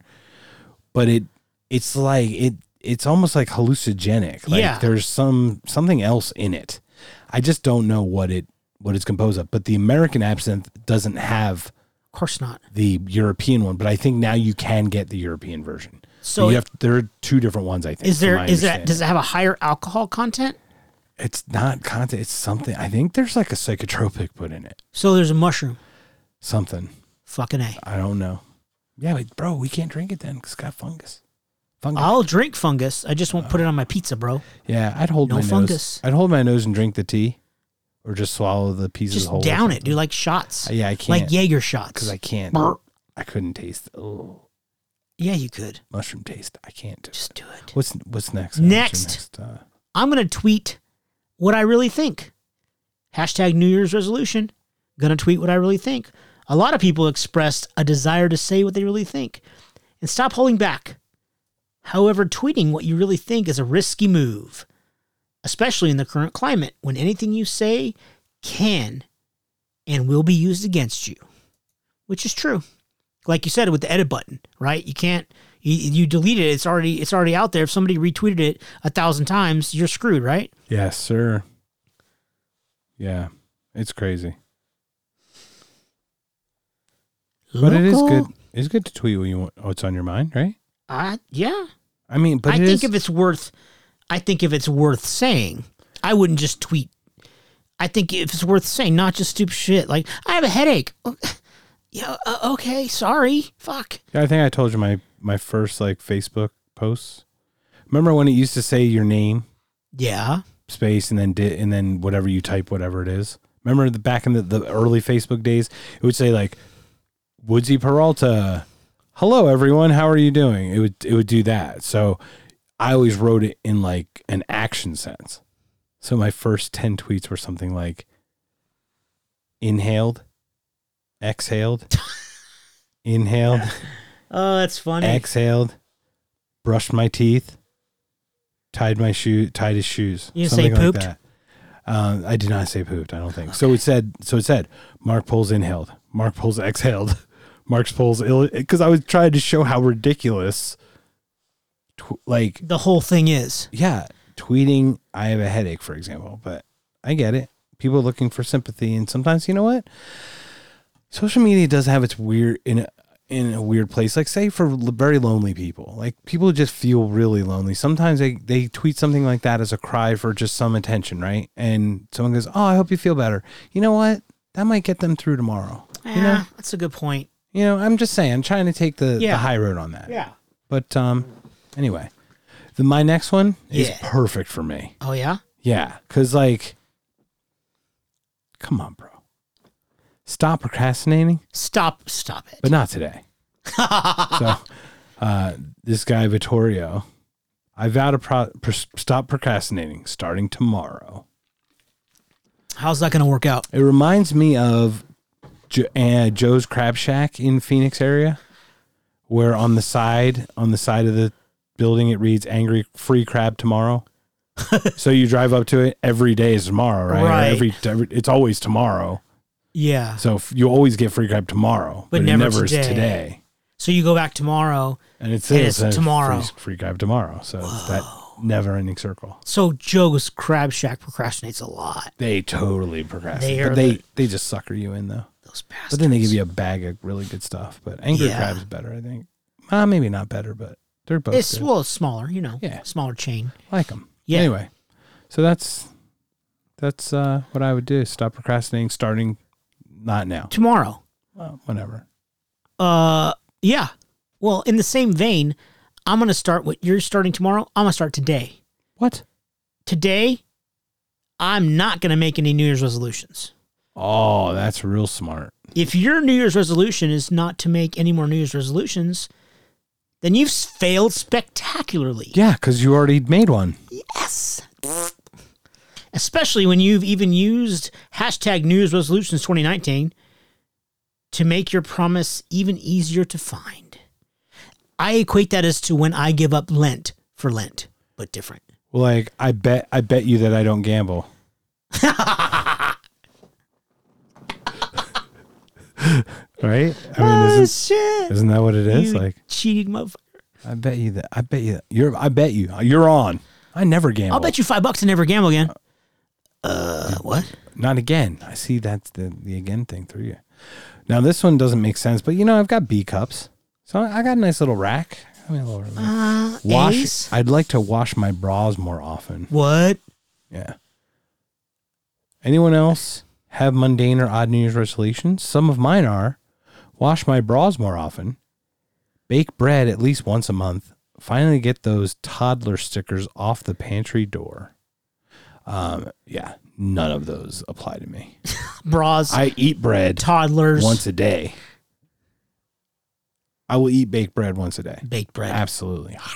But it, it's like it, it's almost like hallucinogenic. Like
Yeah.
there's some something else in it. I just don't know what it what it's composed of. But the American absinthe doesn't have
Of course not.
the European one. But I think now you can get the European version.
So
you have there are two different ones. I think.
is
from
there,
my
is that,
understanding.
does it have a higher alcohol content?
It's not content. It's something. I think there's like a psychotropic put in it.
So there's a mushroom.
Something.
Fucking A.
I don't know. Yeah, but bro, we can't drink it then because it's got fungus. Fungus.
I'll drink fungus. I just won't put it
Oh.
on my pizza, bro.
yeah, I'd hold
No
my nose.
fungus.
I'd hold my nose and drink the tea, or just swallow the pieces
Just
whole. or
down it,
something.
dude. Like shots.
Uh, yeah, I can't.
Like Jaeger shots.
because I can't.
Brr.
I couldn't taste. Oh,
yeah, you could.
mushroom taste. I can't. Do.
Just do it.
What's what's next?
Next.
What's your next? Uh,
I'm going to tweet what I really think. Hashtag New Year's resolution. Going to tweet what I really think. A lot of people expressed a desire to say what they really think and stop holding back. However, tweeting what you really think is a risky move, especially in the current climate when anything you say can and will be used against you, which is true. Like you said with the edit button, right? You can't you, you delete it. It's already it's already out there. If somebody retweeted it a thousand times, you're screwed, right?
yes, sir. Yeah, it's crazy, but it is
Local-
good. It's good to tweet what you want. What's on your mind, right?
I yeah.
I mean, but
I
it is-
think if it's worth, I think if it's worth saying, I wouldn't just tweet. I think if it's worth saying, not just stupid shit like I have a headache. Oh, (sighs) yeah, uh, okay, sorry, fuck.
Yeah, I think I told you my my first like Facebook posts. Remember when it used to say your name,
Yeah,
space, and then di- and then whatever you type, whatever it is. Remember the back in the, the early Facebook days, it would say like Woodsy Peralta, hello everyone, how are you doing? It would it would do that. So I always wrote it in like an action sense. So my first ten tweets were something like inhaled, exhaled, inhaled,
oh, that's funny.
exhaled, brushed my teeth, tied my shoe, tied his shoes.
You didn't say
something
pooped?
Like that. Um, I did not say pooped. I don't think so. It said so. It said Mark Poles inhaled, Mark Poles (laughs) exhaled, Mark's Poles ill. Because I was trying to show how ridiculous, tw- like
the whole thing is
yeah, tweeting. I have a headache, for example. But I get it. People are looking for sympathy, and sometimes you know what? social media does have its weird in a, in a weird place like say for l- very lonely people like people who just feel really lonely sometimes they they tweet something like that as a cry for just some attention right and someone goes oh i hope you feel better you know what that might get them through tomorrow
yeah,
you know
that's a good point.
you know i'm just saying i'm trying to take the, the
Yeah.
high road on that
Yeah.
but um anyway the, my next one is
Yeah.
perfect for me
Oh yeah.
yeah, because like, come on, bro, stop procrastinating,
Stop. Stop it.
but not today. so, uh, this guy Vittorio, I vow to pro- pr- stop procrastinating starting tomorrow.
How's that going to work out?
It reminds me of jo- uh, Joe's Crab Shack in Phoenix area, where on the side on the side of the building it reads "Angry Free Crab
(laughs)
Tomorrow." so you drive up to it every day is tomorrow, right? Or
Right.
Every, every it's always tomorrow.
Yeah.
So f- you always get free crab tomorrow,
But
it
never
never is
today.
today.
So you go back tomorrow.
And it's,
And it's tomorrow.
Free, free drive tomorrow. So it's that never ending circle.
So Joe's Crab Shack procrastinates a lot.
They totally procrastinate.
They are
but they,
the-
they just sucker you in though.
Those bastards.
But then they give you a bag of really good stuff. But Angry
Yeah.
Crab's better, I think. Uh, maybe not better, but they're both
it's
good.
well, it's smaller, you know.
Yeah.
Smaller chain.
like them.
Yeah.
Anyway, so that's that's uh, what I would do. Stop procrastinating. Starting not now.
Tomorrow.
Well, whenever.
Uh, yeah. Well, in the same vein, I'm gonna start what you're starting tomorrow. I'm gonna start today.
What?
Today, I'm not gonna make any New Year's resolutions.
Oh, that's real smart.
If your New Year's resolution is not to make any more New Year's resolutions, then you've failed spectacularly.
Yeah, because you already made one.
Yes. Especially when you've even used hashtag New Year's Resolutions 2019 to make your promise even easier to find. I equate that as to when I give up Lent for Lent, but different.
Well, like I bet I bet you that I don't
(laughs)
gamble. right? I mean, isn't,
shit.
isn't that what it is?
You
Like
cheating motherfucker.
I bet you that I bet you that you're I bet you you're on. I never gamble.
I'll bet you five bucks I never gamble again. Uh, what?
Not again. I see that's the, the again thing through you. Now this one doesn't make sense, but you know I've got B cups, so I I got a nice little rack. I mean, a little
Uh,
wash.
Ace?
I'd like to wash my bras more often.
What?
Yeah. Anyone else have mundane or odd New Year's resolutions? Some of mine are: wash my bras more often, bake bread at least once a month, finally get those toddler stickers off the pantry door. Um, yeah, none of those apply to me.
Bras,
I eat bread
toddlers,
once a day. I will eat baked bread once a day.
baked bread.
Absolutely. (laughs)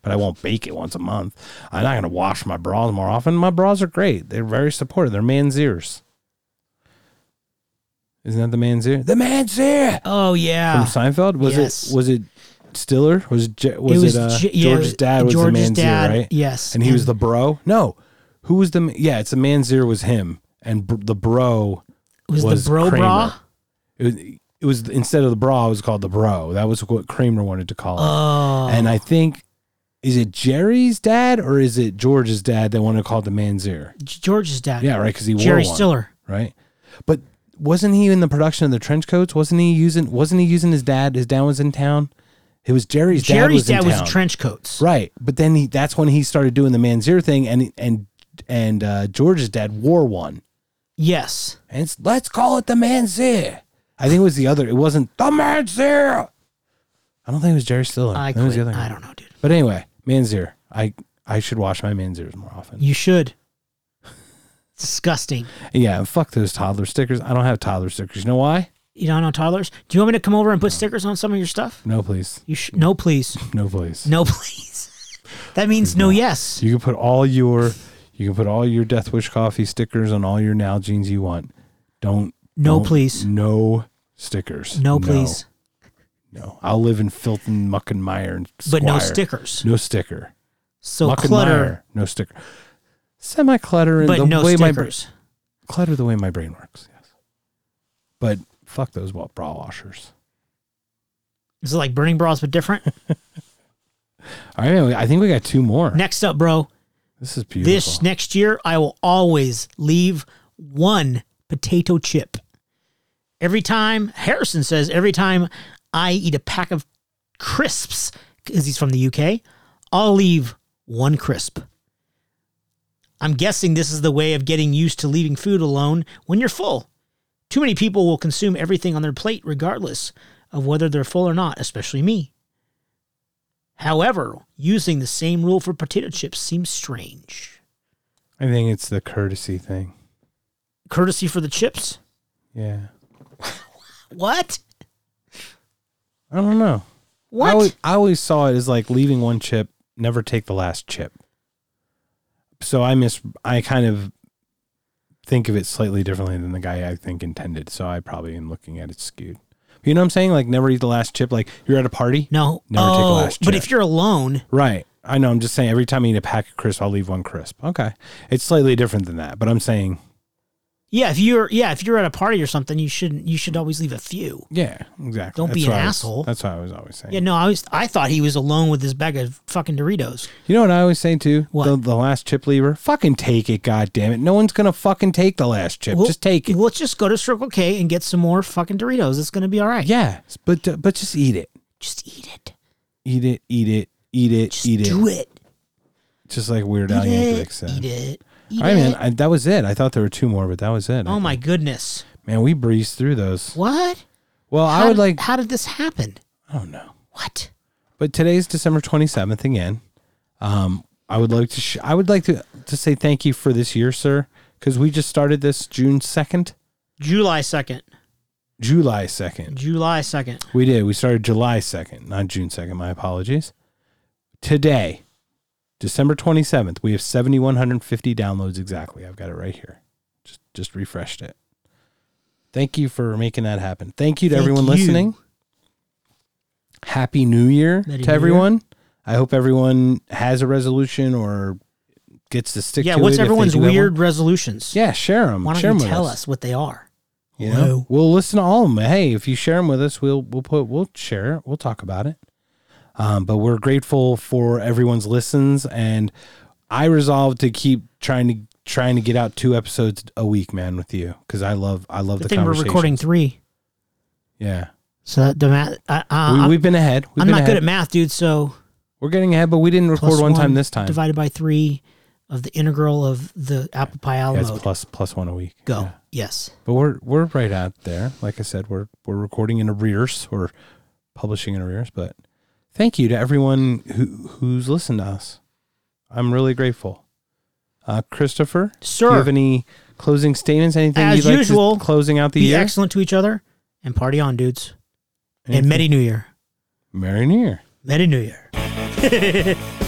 But I won't bake it once a month. I'm not going to wash my bras more often. My bras are great. They're very supportive. They're man's ears. Isn't that the man's ear? The man's ear
oh, yeah.
from Seinfeld. Was
Yes.
it? Was it Stiller? Was it, J- was it, uh,
J- yeah,
George's dad was
George's
the man's
dad,
ear, right?
Yes,
and he was the bro. No, who was the? ma- Yeah, it's the man's ear was him, and br- the bro
was,
was
the bro
Kramer.
bra.
It was, it was instead of the bra, it was called the bro. That was what Kramer wanted to call it.
Oh,
And I think is it Jerry's dad or is it George's dad that wanted to call it the man's ear?
G- George's dad.
Yeah, right. Because he
Jerry
wore one,
Stiller.
right? But wasn't he in the production of the trench coats? Wasn't he using? Wasn't he using his dad? His dad was in town. It was Jerry's,
Jerry's
dad
dad
was in
was
town.
trench coats.
Right, but then he, that's when he started doing the man's ear thing, and and and uh, George's dad wore one,
Yes,
and it's, let's call it the man's ear. I think it was the other. It wasn't the man's ear. I don't think it was Jerry Stiller.
I
I think it was
quit.
the other.
I
guy.
don't know, dude.
But anyway, man's ear. I I should wash my man's ears more often.
You should. Disgusting.
Yeah, and fuck those toddler stickers. I don't have toddler stickers. You know why?
You don't know toddlers. Do you want me to come over and put stickers on some of your stuff?
No, please.
You sh-
(laughs)
no, please,
No, please.
no, please. (laughs) that means no. Yes.
You can put all your you can put all your Death Wish coffee stickers on all your Nalgene's you want. Don't
No,
don't-
please.
No stickers.
No, please.
No, I'll live in filth and muck and mire and
But no
squire.
stickers.
No sticker.
So
muck and
clutter,
mire. No sticker. Semi clutter and
but
the
no
way my bra-
stickers.
clutter the way my brain works. Yes, but fuck those wa- bra washers.
Is it like burning bras but different?
(laughs) All right, I think we got two more.
Next up, bro.
This is beautiful.
This next year, I will always leave one potato chip. Every time, Harrison says, every time I eat a pack of crisps, because he's from the UK, I'll leave one crisp. I'm guessing this is the way of getting used to leaving food alone when you're full. Too many people will consume everything on their plate, regardless of whether they're full or not, especially me. However, using the same rule for potato chips seems strange.
I think it's the courtesy thing.
Courtesy for the chips?
Yeah,
What?
I don't know. I
What?
always, I always saw it as like leaving one chip, never take the last chip. So I miss. I kind of think of it slightly differently than the guy I think intended. So I probably am looking at it skewed. You know what I'm saying? Like never eat the last chip. Like you're at a party.
no.
Never
oh,
take the last
but
chip.
if you're alone,
Right. I know. I'm just saying every time I eat a pack of crisp, I'll leave one crisp. Okay. It's slightly different than that, but I'm saying
Yeah, if you're yeah, if you're at a party or something, you shouldn't you should always leave a few.
Yeah, exactly.
Don't
That's
be an
what I was-
asshole.
That's what I was always saying.
Yeah, no, I was I thought he was alone with his bag of fucking Doritos.
You know what I always say too?
What?
The, the last chip lever. Fucking take it, god damn it. No one's gonna fucking take the last chip.
We'll-
just take it.
Let's just go to Circle K and get some more fucking Doritos. It's gonna be all right.
yeah, but uh, but just eat it.
Just eat it.
Eat it. Eat it. Eat it.
Just
eat it.
do it.
Just like Weird Al
Eat
Yankovic
it.
said.
Eat it. Eat
All right, man.
it.
I, that was it. I thought there were two more, but that was it.
Oh my goodness.
man, we breezed through those.
What?
Well,
How
I would
did-
like.
How did this happen?
I don't know.
What?
But today's December twenty seventh again. Um, I would like to. Sh- I would like to to say thank you for this year, sir, because we just started this June second,
July second.
July second.
July second.
We did. We started July 2nd, not June 2nd. My apologies. Today, December 27th, we have 7,150 downloads exactly. I've got it right here. Just just refreshed it. Thank you for making that happen. Thank you to
Thank
everyone
you.
listening. Happy New Year
Merry
to
New Year.
everyone. I hope everyone has a resolution or gets to stick
Yeah.
to
What's
it if they
everyone's
do have one.
weird resolutions?
Yeah, share them.
Why don't
share
you
them
tell
with
us. what they are?
you
Hello.
know, we'll listen to all of them. Hey, if you share them with us, we'll we'll put we'll share it. We'll talk about it. Um, but we're grateful for everyone's listens, and I resolved to keep trying to trying to get out two episodes a week, man, with you because I love I love
Good
the,
thing we're
conversation.
recording three.
Yeah,
So that the math. Uh, uh,
we,
I'm,
we've been ahead. We've
I'm
been
not
ahead.
good at math, dude. So
we're getting ahead, but we didn't record
plus
one, time this time.
divided by three of the integral of the apple pie a la
Yeah, it's
mode.
plus plus one a week.
Go.
Yeah.
Yes.
But we're we're right out there. Like I said, we're we're recording in arrears or publishing in arrears. But thank you to everyone who who's listened to us. I'm really grateful. Uh, Christopher, do you
Sir,
have any closing statements? Anything
As
you'd like to-
usual,
closing out the
be
year?
excellent to each other and party on, dudes.
Anything?
And Merry New Year.
Merry New Year.
Merry New Year.